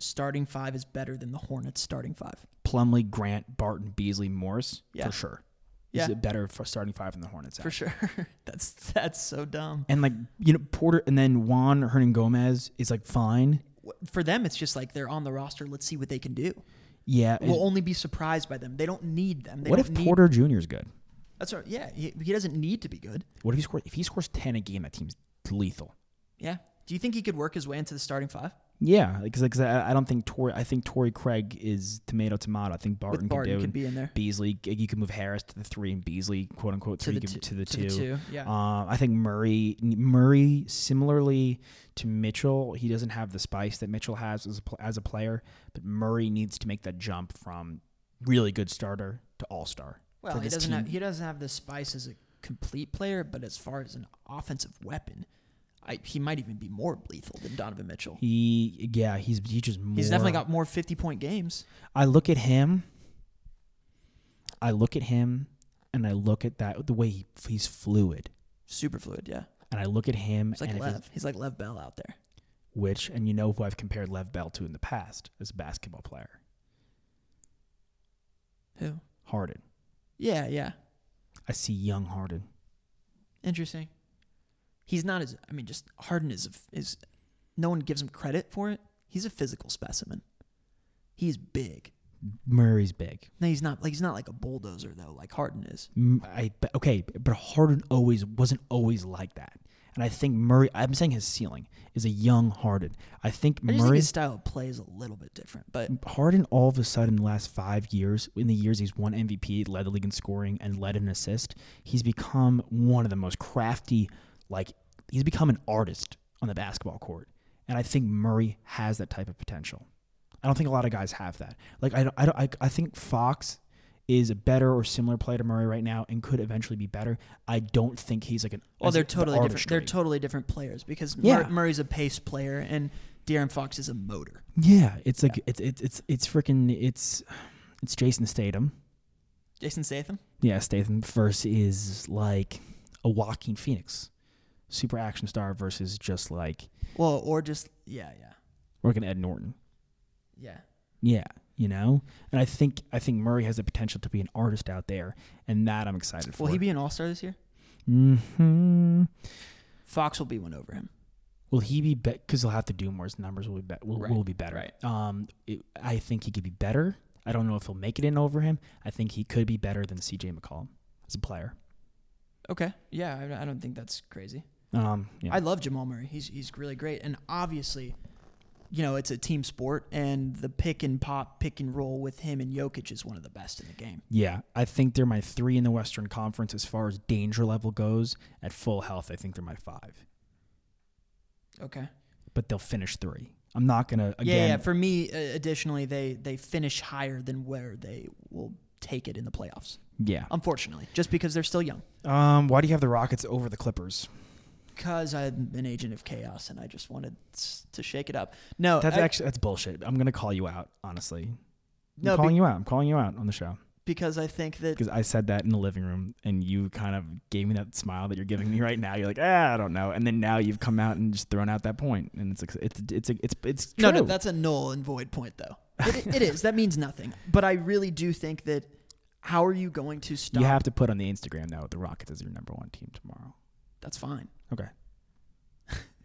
[SPEAKER 5] starting five is better than the Hornets starting five.
[SPEAKER 1] Plumlee, Grant, Barton, Beasley, Morris
[SPEAKER 5] Yeah.
[SPEAKER 1] for sure.
[SPEAKER 5] Yeah.
[SPEAKER 1] Is it better for starting five than the Hornets?
[SPEAKER 5] For
[SPEAKER 1] have.
[SPEAKER 5] sure. that's that's so dumb.
[SPEAKER 1] And like you know Porter, and then Juan Hernan Gomez is like fine.
[SPEAKER 5] Wh- For them, it's just like they're on the roster. Let's see what they can do.
[SPEAKER 1] Yeah.
[SPEAKER 5] We'll only be surprised by them. They don't need them. They
[SPEAKER 1] what
[SPEAKER 5] don't
[SPEAKER 1] if
[SPEAKER 5] need-
[SPEAKER 1] Porter Jr. is good?
[SPEAKER 5] That's right. Yeah, he, he doesn't need to be good.
[SPEAKER 1] What if he scores? If he scores ten a game, that team's lethal.
[SPEAKER 5] Yeah. Do you think he could work his way into the starting five?
[SPEAKER 1] Yeah, because I, I don't think Tori. I think Torrey Craig is tomato tomato. I think Barton,
[SPEAKER 5] Barton
[SPEAKER 1] can do.
[SPEAKER 5] could
[SPEAKER 1] and
[SPEAKER 5] be in there.
[SPEAKER 1] Beasley, you can move Harris to the three, and Beasley, quote unquote,
[SPEAKER 5] To
[SPEAKER 1] three
[SPEAKER 5] the
[SPEAKER 1] can-
[SPEAKER 5] two-
[SPEAKER 1] to the
[SPEAKER 5] to
[SPEAKER 1] two.
[SPEAKER 5] the two, yeah.
[SPEAKER 1] Uh, I think Murray, Murray, similarly to Mitchell, he doesn't have the spice that Mitchell has as a, pl- as a player, but Murray needs to make that jump from really good starter to all star.
[SPEAKER 5] Well,
[SPEAKER 1] for
[SPEAKER 5] he
[SPEAKER 1] this
[SPEAKER 5] doesn't
[SPEAKER 1] team.
[SPEAKER 5] have he doesn't have the spice as a complete player, but as far as an offensive weapon, I, he might even be more lethal than Donovan Mitchell.
[SPEAKER 1] He, yeah, he's he just more,
[SPEAKER 5] He's definitely got more fifty point games.
[SPEAKER 1] I look at him. I look at him, and I look at that the way he, he's fluid,
[SPEAKER 5] Super fluid, yeah.
[SPEAKER 1] and I look at him
[SPEAKER 5] He's like
[SPEAKER 1] and if it's-
[SPEAKER 5] Lev. He's like Lev Bell out there.
[SPEAKER 1] which and you know who I've compared Lev Bell to in the past as a basketball player,
[SPEAKER 5] Who?
[SPEAKER 1] Harden.
[SPEAKER 5] Yeah, yeah.
[SPEAKER 1] I see young Harden.
[SPEAKER 5] Interesting. He's not as I mean, just Harden is a f- is no one gives him credit for it. He's a physical specimen. He's big.
[SPEAKER 1] Murray's big.
[SPEAKER 5] No, he's not like he's not like a bulldozer though, like Harden is.
[SPEAKER 1] M- I but okay, but Harden always wasn't always like that. And I think Murray. I'm saying his ceiling is a young Harden. I think
[SPEAKER 5] I just
[SPEAKER 1] Murray.
[SPEAKER 5] think his style of play is a little bit different, but
[SPEAKER 1] Harden all of a sudden the last five years, in the years he's won MVP, led the league in scoring, and led in assist, he's become one of the most crafty, like he's become an artist on the basketball court. And I think Murray has that type of potential. I don't think a lot of guys have that. Like I, don't- I, don't- I, I think Fox is a better or similar player to Murray right now and could eventually be better. I don't think he's like an.
[SPEAKER 5] Oh,
[SPEAKER 1] as
[SPEAKER 5] they're
[SPEAKER 1] the
[SPEAKER 5] totally different. They're
[SPEAKER 1] artistry.
[SPEAKER 5] totally different players because Mur-
[SPEAKER 1] Yeah.
[SPEAKER 5] Murray's a pace player and De'Aaron Fox is a motor.
[SPEAKER 1] Yeah, it's like it's it's it's it's freaking it's it's Jason Statham.
[SPEAKER 5] Jason Statham.
[SPEAKER 1] Yeah, Statham versus is like a Joaquin Phoenix, super action star versus just like
[SPEAKER 5] Well, or just yeah, yeah,
[SPEAKER 1] working Ed Norton.
[SPEAKER 5] yeah.
[SPEAKER 1] Yeah, you know. And I think I think Murray has the potential to be an artist out there, and that I'm excited for.
[SPEAKER 5] Will he be an All Star this year?
[SPEAKER 1] hmm
[SPEAKER 5] Fox will be one over him.
[SPEAKER 1] Will he be better? Because he'll have to do more. His numbers will be better. Will,
[SPEAKER 5] Right,
[SPEAKER 1] will be better.
[SPEAKER 5] right.
[SPEAKER 1] Um, it, I think he could be better. I don't know if he'll make it in over him. I think he could be better than C.J. McCollum as a player.
[SPEAKER 5] Okay. Yeah, I, I don't think that's crazy.
[SPEAKER 1] Um, yeah.
[SPEAKER 5] I love Jamal Murray. He's he's really great, and obviously, you know, it's a team sport, and the pick and pop, pick and roll with him and Jokic is one of the best in the game.
[SPEAKER 1] Yeah, I think they're my three in the Western Conference as far as danger level goes. At full health, I think they're my five,
[SPEAKER 5] Okay.
[SPEAKER 1] but they'll finish three. I'm not gonna
[SPEAKER 5] Yeah,
[SPEAKER 1] again.
[SPEAKER 5] yeah. For me, uh, additionally, they they finish higher than where they will take it in the playoffs.
[SPEAKER 1] yeah.
[SPEAKER 5] Unfortunately, just because they're still young.
[SPEAKER 1] Um, why do you have the Rockets over the Clippers?
[SPEAKER 5] Because I'm an agent of chaos and I just wanted s- to shake it up. No,
[SPEAKER 1] That's
[SPEAKER 5] I-
[SPEAKER 1] actually that's bullshit. I'm gonna call you out. Honestly, I'm
[SPEAKER 5] No,
[SPEAKER 1] calling
[SPEAKER 5] be-
[SPEAKER 1] you out. I'm calling you out on the show.
[SPEAKER 5] because I think that
[SPEAKER 1] Because I said that in the living room, and you kind of gave me that smile that you're giving me right now. You're like, ah, I don't know. And then now you've come out and just thrown out that point, and it's like, it's it's it's it's true.
[SPEAKER 5] No, no, that's a null and void point, though. It, it is. That means nothing. But I really do think that how are you going to stop?
[SPEAKER 1] you have to put on the Instagram now. The Rockets is your number one team tomorrow.
[SPEAKER 5] That's fine.
[SPEAKER 1] Okay.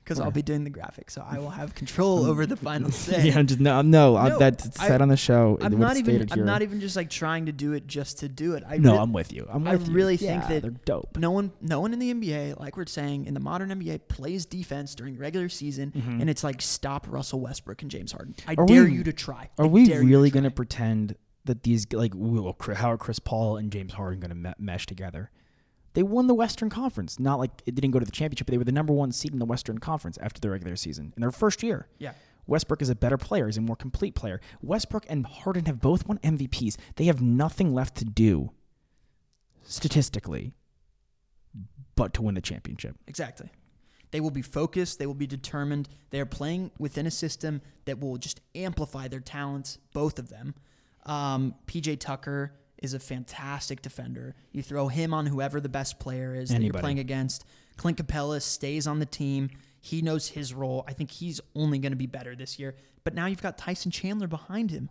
[SPEAKER 5] Because I'll be doing the graphics, so I will have control over the final say.
[SPEAKER 1] Yeah, I'm just no, no. I-
[SPEAKER 5] No,
[SPEAKER 1] that's
[SPEAKER 5] I-
[SPEAKER 1] said on the show.
[SPEAKER 5] I'm
[SPEAKER 1] What's
[SPEAKER 5] not even.
[SPEAKER 1] stated
[SPEAKER 5] I'm
[SPEAKER 1] here.
[SPEAKER 5] not even just like trying to do it just to do it. I
[SPEAKER 1] no,
[SPEAKER 5] re-
[SPEAKER 1] I'm with you. I'm
[SPEAKER 5] I
[SPEAKER 1] with you.
[SPEAKER 5] really think
[SPEAKER 1] Yeah,
[SPEAKER 5] that-
[SPEAKER 1] they're dope.
[SPEAKER 5] no one, no one in the NBA, like we're saying, in the modern NBA, plays defense during regular season, and it's like stop Russell Westbrook and James Harden. I
[SPEAKER 1] Mm-hmm. Are
[SPEAKER 5] dare
[SPEAKER 1] we-
[SPEAKER 5] you to try. I
[SPEAKER 1] Are we
[SPEAKER 5] dare you to
[SPEAKER 1] really
[SPEAKER 5] try.
[SPEAKER 1] going to pretend that these like well, Chri- how are Chris Paul and James Harden going to me- mesh together? They won the Western Conference. Not like it didn't go to the championship, but they were the number one seed in the Western Conference after the regular season in their first year.
[SPEAKER 5] Yeah.
[SPEAKER 1] Westbrook is a better player. He's a more complete player. Westbrook and Harden have both won MVPs. They have nothing left to do statistically but to win the championship.
[SPEAKER 5] Exactly. They will be focused. They will be determined. They are playing within a system that will just amplify their talents, both of them. Um, PJ Tucker is a fantastic defender. You throw him on whoever the best player is that
[SPEAKER 1] Anybody.
[SPEAKER 5] you're playing against. Clint Capella stays on the team. He knows his role. I think he's only going to be better this year. But now you've got Tyson Chandler behind him,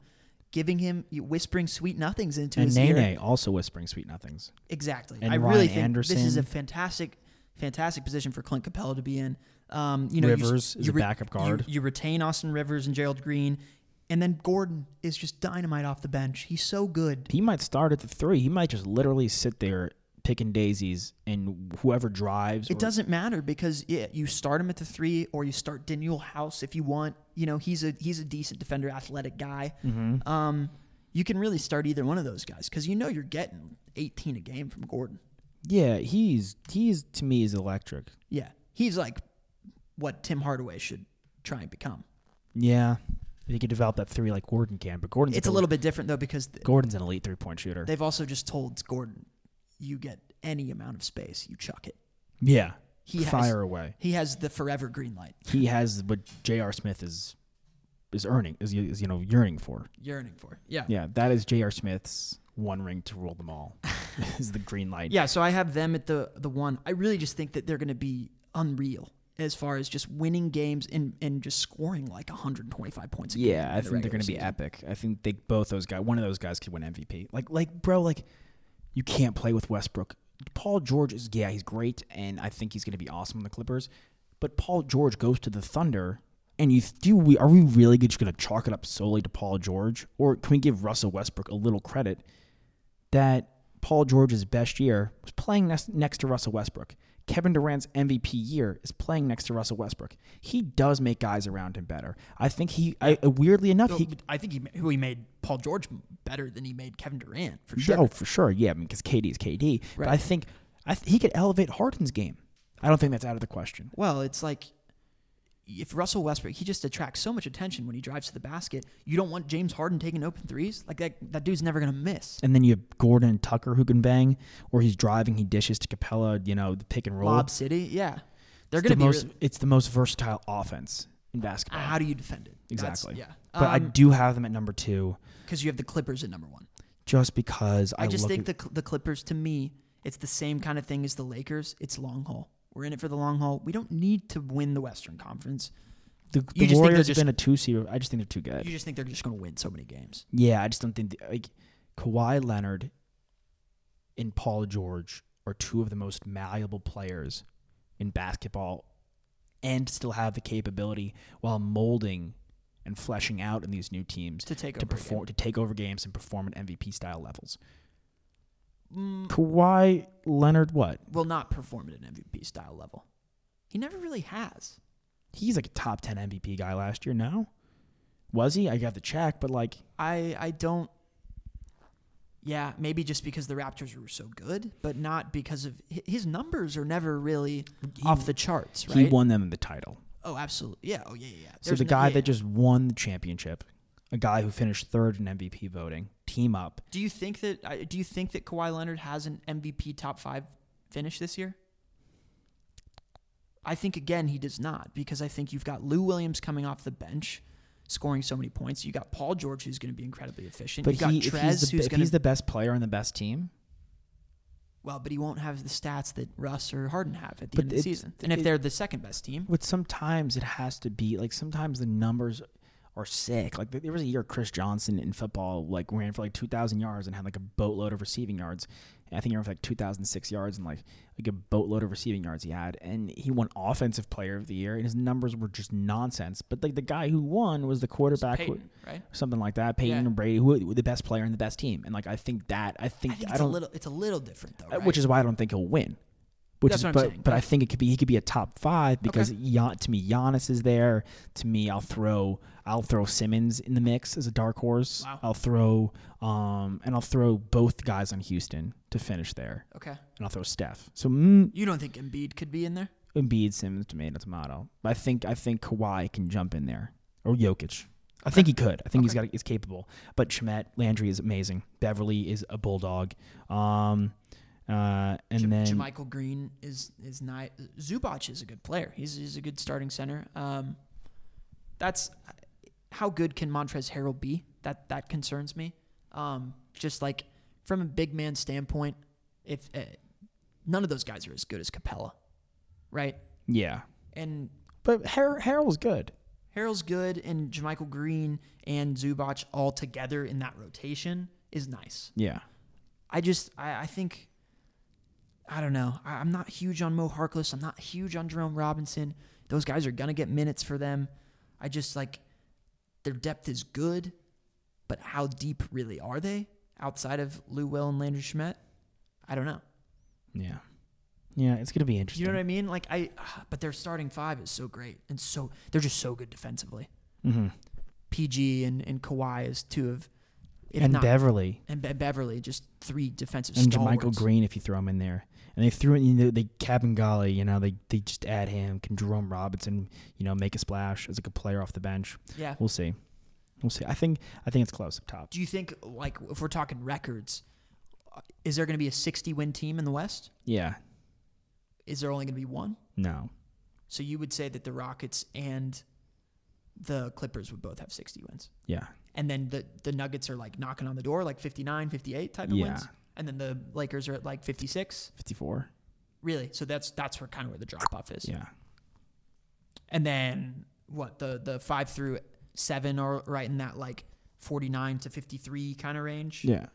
[SPEAKER 5] giving him whispering sweet nothings into
[SPEAKER 1] And
[SPEAKER 5] his
[SPEAKER 1] Nene
[SPEAKER 5] ear.
[SPEAKER 1] also whispering sweet nothings.
[SPEAKER 5] Exactly.
[SPEAKER 1] And
[SPEAKER 5] I
[SPEAKER 1] Ryan
[SPEAKER 5] really think this is
[SPEAKER 1] Anderson.
[SPEAKER 5] a fantastic, fantastic position for Clint Capella to be in. Um, you know,
[SPEAKER 1] Rivers
[SPEAKER 5] you,
[SPEAKER 1] is a backup
[SPEAKER 5] you-
[SPEAKER 1] guard.
[SPEAKER 5] You, retain Austin Rivers and Gerald Green, and then Gordon is just dynamite off the bench. He's so good.
[SPEAKER 1] He might start at the three. He might just literally sit there picking daisies, and whoever drives.
[SPEAKER 5] It
[SPEAKER 1] or-
[SPEAKER 5] doesn't matter because yeah, you start him at the three, or you start Daniel House if you want. You know, he's a he's a decent defender, athletic guy.
[SPEAKER 1] Mm-hmm.
[SPEAKER 5] Um, you can really start either one of those guys because you know you're getting 18 a game from Gordon.
[SPEAKER 1] Yeah, he's he's to me is electric.
[SPEAKER 5] Yeah, he's like what Tim Hardaway should try and become.
[SPEAKER 1] Yeah, he could develop that three like Gordon can, but Gordon's
[SPEAKER 5] It's a
[SPEAKER 1] like
[SPEAKER 5] little bit different though because th-
[SPEAKER 1] Gordon's an elite three point shooter.
[SPEAKER 5] they've also just told Gordon, you get any amount of space, you chuck it.
[SPEAKER 1] yeah,
[SPEAKER 5] He has-
[SPEAKER 1] fire away.
[SPEAKER 5] He has the forever green light
[SPEAKER 1] He has what J.R. Smith is is earning is, is you know yearning for.
[SPEAKER 5] yearning for. Yeah.
[SPEAKER 1] Yeah, that is J.R. Smith's one ring to rule them all. is the green light.
[SPEAKER 5] Yeah, so I have them at the the one. I really just think that they're going to be unreal as far as just winning games and and just scoring like 125 points a game.
[SPEAKER 1] Yeah, I
[SPEAKER 5] in the
[SPEAKER 1] think they're
[SPEAKER 5] regular
[SPEAKER 1] going to be
[SPEAKER 5] season.
[SPEAKER 1] epic. I think they both those guys, one of those guys could win MVP. Like like bro, like you can't play with Westbrook. Paul George is yeah, he's great and I think he's going to be awesome on the Clippers, but Paul George goes to the Thunder and you do we are we really just going to chalk it up solely to Paul George or can we give Russell Westbrook a little credit that Paul George's best year was playing next, next to Russell Westbrook. Kevin Durant's MVP year is playing next to Russell Westbrook. He does make guys around him better. I think he, I, weirdly enough, he.
[SPEAKER 5] I think he ma- who he made Paul George better than he made Kevin Durant for sure.
[SPEAKER 1] Oh, for sure. Yeah, I mean, because KD is KD. But I think I th- he could elevate Harden's game. I don't think that's out of the question.
[SPEAKER 5] Well, it's like if Russell Westbrook, he just attracts so much attention when he drives to the basket. You don't want James Harden taking open threes. Like that, that dude's never gonna miss.
[SPEAKER 1] And then you have Gordon and Tucker who can bang, or he's driving, he dishes to Capella, you know, the pick and roll.
[SPEAKER 5] Lob City, yeah, they're
[SPEAKER 1] it's
[SPEAKER 5] gonna
[SPEAKER 1] the
[SPEAKER 5] be.
[SPEAKER 1] most,
[SPEAKER 5] really-
[SPEAKER 1] It's the most versatile offense in basketball.
[SPEAKER 5] how do you defend it? That's-
[SPEAKER 1] exactly.
[SPEAKER 5] yeah, Um,
[SPEAKER 1] But I do have them at number two.
[SPEAKER 5] because you have the Clippers at number one.
[SPEAKER 1] just because I,
[SPEAKER 5] I just
[SPEAKER 1] look
[SPEAKER 5] think
[SPEAKER 1] at,
[SPEAKER 5] the Cl- the Clippers to me, it's the same kind of thing as the Lakers. It's long haul. We're in it for the long haul. We don't need to win the Western Conference.
[SPEAKER 1] the, the
[SPEAKER 5] you just think they're
[SPEAKER 1] Warriors
[SPEAKER 5] just-
[SPEAKER 1] have been a two seed. I just think they're too good.
[SPEAKER 5] You just think they're just gonna win so many games.
[SPEAKER 1] yeah, I just don't think the, like Kawhi Leonard and Paul George are two of the most malleable players in basketball, and still have the capability while molding and fleshing out in these new teams
[SPEAKER 5] To take
[SPEAKER 1] to
[SPEAKER 5] over a
[SPEAKER 1] perform to take over games and perform at MVP style levels.
[SPEAKER 5] Mm.
[SPEAKER 1] Kawhi Leonard, what?
[SPEAKER 5] Will not perform at an MVP style level. He never really has.
[SPEAKER 1] He's like a top ten MVP guy last year. Now, was he? I got the check, but like
[SPEAKER 5] I I don't. Yeah, maybe just because the Raptors were so good, but not because of hi- his numbers are never really off the charts, right?
[SPEAKER 1] he won them the title.
[SPEAKER 5] Oh, absolutely. Yeah. Oh, yeah, yeah. yeah.
[SPEAKER 1] So
[SPEAKER 5] There's
[SPEAKER 1] the
[SPEAKER 5] no-
[SPEAKER 1] guy
[SPEAKER 5] yeah,
[SPEAKER 1] that
[SPEAKER 5] yeah.
[SPEAKER 1] just won the championship, a guy who finished third in MVP voting, team up.
[SPEAKER 5] Do you think that I- Do you think that Kawhi Leonard has an MVP top five finish this year? I think again he does not because I think you've got Lou Williams coming off the bench. scoring so many points. You got Paul George, who's going to be incredibly efficient.
[SPEAKER 1] But
[SPEAKER 5] you got
[SPEAKER 1] he, if,
[SPEAKER 5] Trez,
[SPEAKER 1] he's the,
[SPEAKER 5] who's
[SPEAKER 1] if
[SPEAKER 5] going
[SPEAKER 1] he's
[SPEAKER 5] to
[SPEAKER 1] the best player on the best team,
[SPEAKER 5] well, but he won't have the stats that Russ or Harden have at
[SPEAKER 1] But
[SPEAKER 5] the end of the
[SPEAKER 1] it's-
[SPEAKER 5] season. And if
[SPEAKER 1] it-
[SPEAKER 5] they're the second best team,
[SPEAKER 1] but sometimes it has to be like sometimes the numbers are sick. Like there was a year Chris Johnson in football like ran for like two thousand yards and had like a boatload of receiving yards. And I think he ran for like two thousand six yards and like like a boatload of receiving yards he had, and he won Offensive Player of the Year, and his numbers were just nonsense. But like the guy who won was the quarterback, who-
[SPEAKER 5] Peyton, right?
[SPEAKER 1] something like that, Peyton
[SPEAKER 5] Yeah.
[SPEAKER 1] and Brady, who were the best player and the best team. And like I think that I think
[SPEAKER 5] I
[SPEAKER 1] I
[SPEAKER 5] think it's a
[SPEAKER 1] don't
[SPEAKER 5] little it's a little different though,
[SPEAKER 1] Uh,
[SPEAKER 5] right?
[SPEAKER 1] which is why I don't think he'll win. Which
[SPEAKER 5] That's
[SPEAKER 1] is,
[SPEAKER 5] what I'm
[SPEAKER 1] but
[SPEAKER 5] saying.
[SPEAKER 1] but I think it could be he could be a top five because
[SPEAKER 5] Okay.
[SPEAKER 1] Gian- to me Giannis is there. To me, I'll throw I'll throw Simmons in the mix as a dark horse.
[SPEAKER 5] Wow.
[SPEAKER 1] I'll throw um and I'll throw both guys on Houston to finish there,
[SPEAKER 5] okay.
[SPEAKER 1] and I'll throw Steph. So mm,
[SPEAKER 5] You don't think Embiid could be in there?
[SPEAKER 1] Embiid, Simmons, tomato, tomato. But I think I think Kawhi can jump in there or Jokic. I think he could. I think he's got he's capable. But Shamet Landry is amazing. Beverly is a bulldog. Um, uh, and
[SPEAKER 5] J-
[SPEAKER 1] then
[SPEAKER 5] Jamichael Green is is not Zubac is a good player. He's he's a good starting center. Um, that's uh, how good can Montrez Harrell be? That that concerns me. Um, just like from a big man standpoint, if uh, none of those guys are as good as Capella, right?
[SPEAKER 1] yeah,
[SPEAKER 5] And
[SPEAKER 1] But Har- Harold's good.
[SPEAKER 5] Harrell's good, and Jamichael Green and Zubac all together in that rotation is nice.
[SPEAKER 1] Yeah.
[SPEAKER 5] I just I, I think I don't know. I, I'm not huge on Mo Harkless. I'm not huge on Jerome Robinson. Those guys are gonna get minutes for them. I just like their depth is good, but how deep really are they outside of Lou Will and Landry Schmidt? I don't know.
[SPEAKER 1] Yeah. Yeah, it's gonna be
[SPEAKER 5] You
[SPEAKER 1] interesting.
[SPEAKER 5] know what I mean? Like I, but their starting five is so great and so they're just so good defensively.
[SPEAKER 1] Mhm.
[SPEAKER 5] PG and and Kawhi is two of, if
[SPEAKER 1] And
[SPEAKER 5] not,
[SPEAKER 1] Beverly
[SPEAKER 5] and Be- Beverly just three defensive
[SPEAKER 1] and
[SPEAKER 5] stalwarts.
[SPEAKER 1] Jermichael Green, if you throw him in there, and they threw it, you know, they Cap and Golly, you know, they they just add him. Can Jerome Robinson, you know, make a splash as like a player off the bench?
[SPEAKER 5] Yeah.
[SPEAKER 1] We'll see. We'll see. I think I think it's close up top.
[SPEAKER 5] Do you think, like, if we're talking records, uh, is there going to be a 60 win team in the West?
[SPEAKER 1] Yeah.
[SPEAKER 5] Is there only going to be one?
[SPEAKER 1] No.
[SPEAKER 5] So you would say that the Rockets and the Clippers would both have 60 wins.
[SPEAKER 1] Yeah.
[SPEAKER 5] And then the, the Nuggets are like knocking on the door, like 59, 58 type of
[SPEAKER 1] Yeah.
[SPEAKER 5] wins. And then the Lakers are at like 56.
[SPEAKER 1] Fifty four.
[SPEAKER 5] Really? So that's that's where kind of where the drop off is.
[SPEAKER 1] Yeah.
[SPEAKER 5] And then what? The the 5 through 7 are right in that like 49 to 53 kind of range.
[SPEAKER 1] Yeah.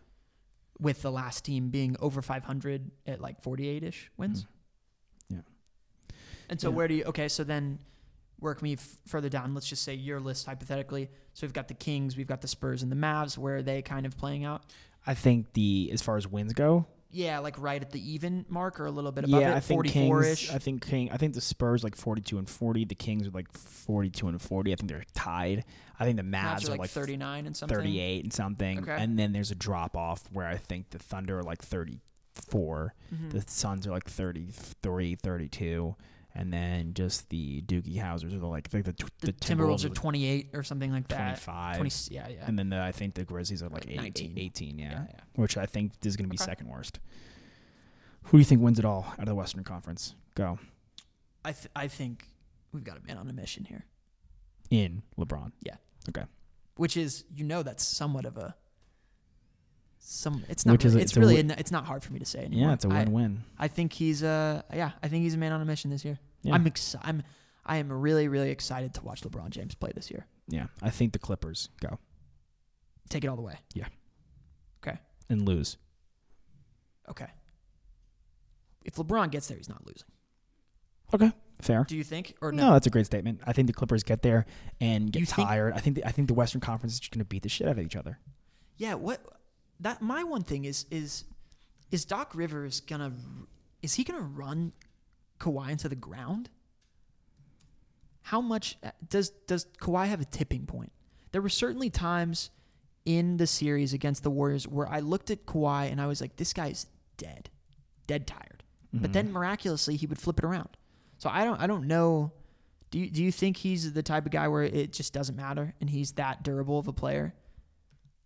[SPEAKER 5] with the last team being over 500 at like 48 ish wins.
[SPEAKER 1] Yeah.
[SPEAKER 5] And so
[SPEAKER 1] Mm-hmm. Yeah.
[SPEAKER 5] where do you? Okay, so then work me f- further down. Let's just say your list hypothetically. So we've got the Kings, we've got the Spurs, and the Mavs. Where are they kind of playing out?
[SPEAKER 1] I think the as far as wins go,
[SPEAKER 5] Yeah, like right at the even mark or a little bit above it,
[SPEAKER 1] I think
[SPEAKER 5] 44
[SPEAKER 1] Kings.
[SPEAKER 5] ish.
[SPEAKER 1] I think King. I think the Spurs like forty-two and forty. The Kings are like forty-two and forty. I think they're tied. I think the Mavs,
[SPEAKER 5] Mavs are like 39 and something.
[SPEAKER 1] 38 and something.
[SPEAKER 5] Okay.
[SPEAKER 1] And then there's a drop off where I think the Thunder are like 34.
[SPEAKER 5] Mm-hmm.
[SPEAKER 1] The Suns are like 33, 32. And then just the Doogie Housers are like, like the, tw-
[SPEAKER 5] The, Timberwolves are 28 or something like that.
[SPEAKER 1] 25.
[SPEAKER 5] 20, yeah, yeah.
[SPEAKER 1] And then the, I think the Grizzlies are like
[SPEAKER 5] Like
[SPEAKER 1] eight-
[SPEAKER 5] 19.
[SPEAKER 1] 18, yeah.
[SPEAKER 5] Yeah, yeah.
[SPEAKER 1] Which I think is going to be
[SPEAKER 5] Okay.
[SPEAKER 1] second worst. Who do you think wins it all out of the Western Conference? Go.
[SPEAKER 5] I, th- I think we've got a man on a mission here.
[SPEAKER 1] In LeBron.
[SPEAKER 5] Yeah.
[SPEAKER 1] Okay.
[SPEAKER 5] which is you know that's somewhat of a some it's not
[SPEAKER 1] Which is
[SPEAKER 5] really-
[SPEAKER 1] a-
[SPEAKER 5] it's,
[SPEAKER 1] it's a
[SPEAKER 5] really
[SPEAKER 1] win-
[SPEAKER 5] n- it's not hard for me to say anymore.
[SPEAKER 1] Yeah, it's a
[SPEAKER 5] I-
[SPEAKER 1] win-win.
[SPEAKER 5] I, think he's uh yeah I think he's a man on a mission this year.
[SPEAKER 1] Yeah.
[SPEAKER 5] I'm exci- I'm I am really really excited to watch LeBron James play this year.
[SPEAKER 1] yeah, I think the Clippers go
[SPEAKER 5] Take it all the way.
[SPEAKER 1] and lose.
[SPEAKER 5] Okay. If LeBron gets there, he's not losing.
[SPEAKER 1] Okay, fair.
[SPEAKER 5] Do you think or
[SPEAKER 1] No,
[SPEAKER 5] no?
[SPEAKER 1] that's a great statement. I think the Clippers get there and get
[SPEAKER 5] You think-
[SPEAKER 1] tired. I think the, I think the Western Conference is just going to beat the shit out of each other.
[SPEAKER 5] Yeah. What that my one thing is is is Doc Rivers gonna r- is he gonna run Kawhi into the ground? How much uh, does does Kawhi have a tipping point? There were certainly times in the series against the Warriors where I looked at Kawhi and I was like, this guy's dead, dead tired. But then miraculously he would flip it around. So I don't I don't know. Do you, do you think he's the type of guy where it just doesn't matter and he's that durable of a player?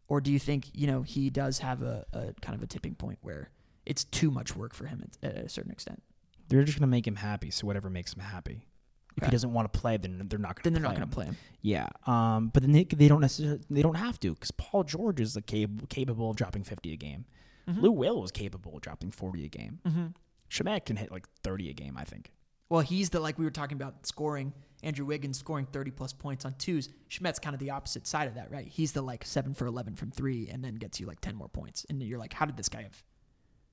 [SPEAKER 5] Or do you think, you know, he does have a, a kind of a tipping point where it's too much work for him at, at a certain extent?
[SPEAKER 1] They're just going to make him happy. So whatever makes him happy. If he doesn't want to play, then they're not going to.
[SPEAKER 5] Then they're not gonna play him.
[SPEAKER 1] Yeah. Um. But then they, they don't necessarily they don't have to because Paul George is like, cap- capable of dropping fifty a game.
[SPEAKER 5] Mm-hmm.
[SPEAKER 1] Lou Will is capable of dropping forty a game. Mm-hmm. Shemek can hit like thirty a game. I think.
[SPEAKER 5] Well, he's the like we were talking about scoring Andrew Wiggins scoring 30 plus points on twos. Schmidt's kind of the opposite side of that, right? He's the like 7 for 11 from 3 and then gets you like 10 more points and you're like how did this guy have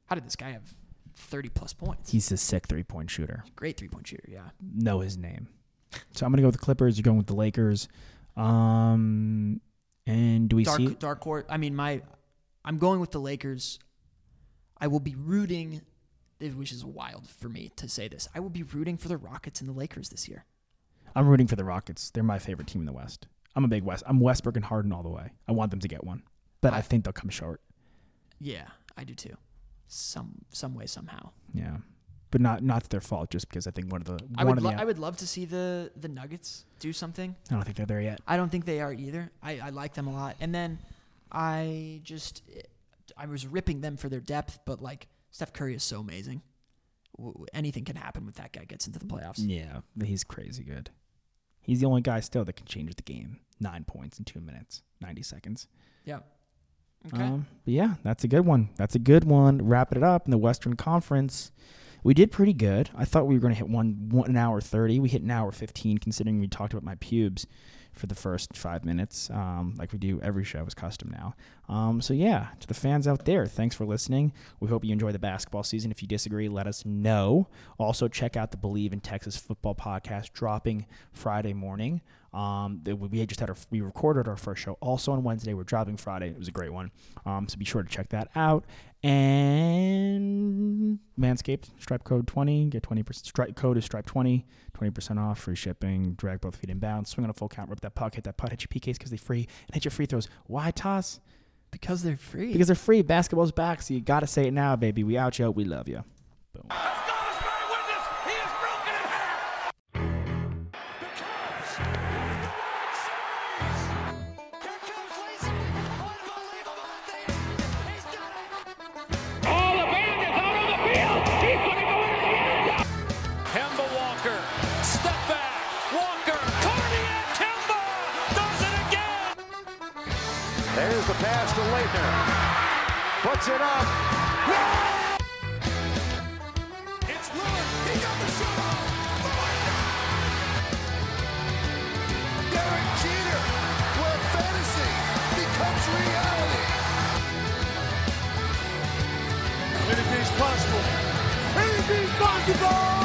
[SPEAKER 5] how did this guy have 30 plus points?
[SPEAKER 1] He's a sick three point shooter.
[SPEAKER 5] Great three-point shooter, yeah.
[SPEAKER 1] Know his name. So I'm gonna go with the Clippers. You're going with the Lakers. Um. And do we see?
[SPEAKER 5] Dark dark horse. I mean my I'm going with the Lakers. I will be rooting which is wild for me to say this. I will be rooting for the Rockets and the Lakers this year.
[SPEAKER 1] I'm rooting for the Rockets. They're my favorite team in the West. I'm a big West. I'm Westbrook and Harden all the way. I want them to get one, but I think they'll come short.
[SPEAKER 5] Yeah, I do too. Some some way somehow.
[SPEAKER 1] Yeah, but not not their fault. Just because I think one of the
[SPEAKER 5] I
[SPEAKER 1] one
[SPEAKER 5] would
[SPEAKER 1] of
[SPEAKER 5] lo-
[SPEAKER 1] the
[SPEAKER 5] I would love to see the the Nuggets do something.
[SPEAKER 1] I don't think they're there yet.
[SPEAKER 5] I don't think they are either. I, I like them a lot. And then I just I was ripping them for their depth, but like Steph Curry is so amazing. W- Anything can happen with that guy gets into the playoffs.
[SPEAKER 1] Yeah, he's crazy good. He's the only guy still that can change the game. Nine points in two minutes, ninety seconds.
[SPEAKER 5] Yeah. Okay.
[SPEAKER 1] Um, but yeah, that's a good one. That's a good one. Wrapping it up in the Western Conference. We did pretty good. I thought we were going to hit one one an hour thirty. We hit an hour fifteen, considering we talked about my pubes for the first five minutes, um, like we do every show is custom now. Um, so yeah, to the fans out there, thanks for listening. We hope you enjoy the basketball season. If you disagree, let us know. Also, check out the Believe in Texas Football podcast dropping Friday morning. Um, that we we had just had our, we recorded our first show also on Wednesday. We're dropping Friday. It was a great one. Um, so be sure to check that out. And Manscaped, stripe code 20, get 20%. Stripe code is stripe 20, 20% off, free shipping, drag both feet in bounds, swing on a full count, rip that puck, hit that putt, hit your PKs because they're free, and hit your free throws. Why toss?
[SPEAKER 5] because they're free.
[SPEAKER 1] Because they're free. Basketball's back, so you got to say it now, baby. We out you. We love you.
[SPEAKER 3] All the bandits out on the field. He's going to go into the end zone.
[SPEAKER 4] Kemba Walker, step back, Walker, Cardiac Kemba does it again.
[SPEAKER 6] There's the pass to Leitner. Puts it up. It's Lillard. He got the shot Oh, off. Derek Jeter, where fantasy becomes reality. Anything's possible. Anything's possible.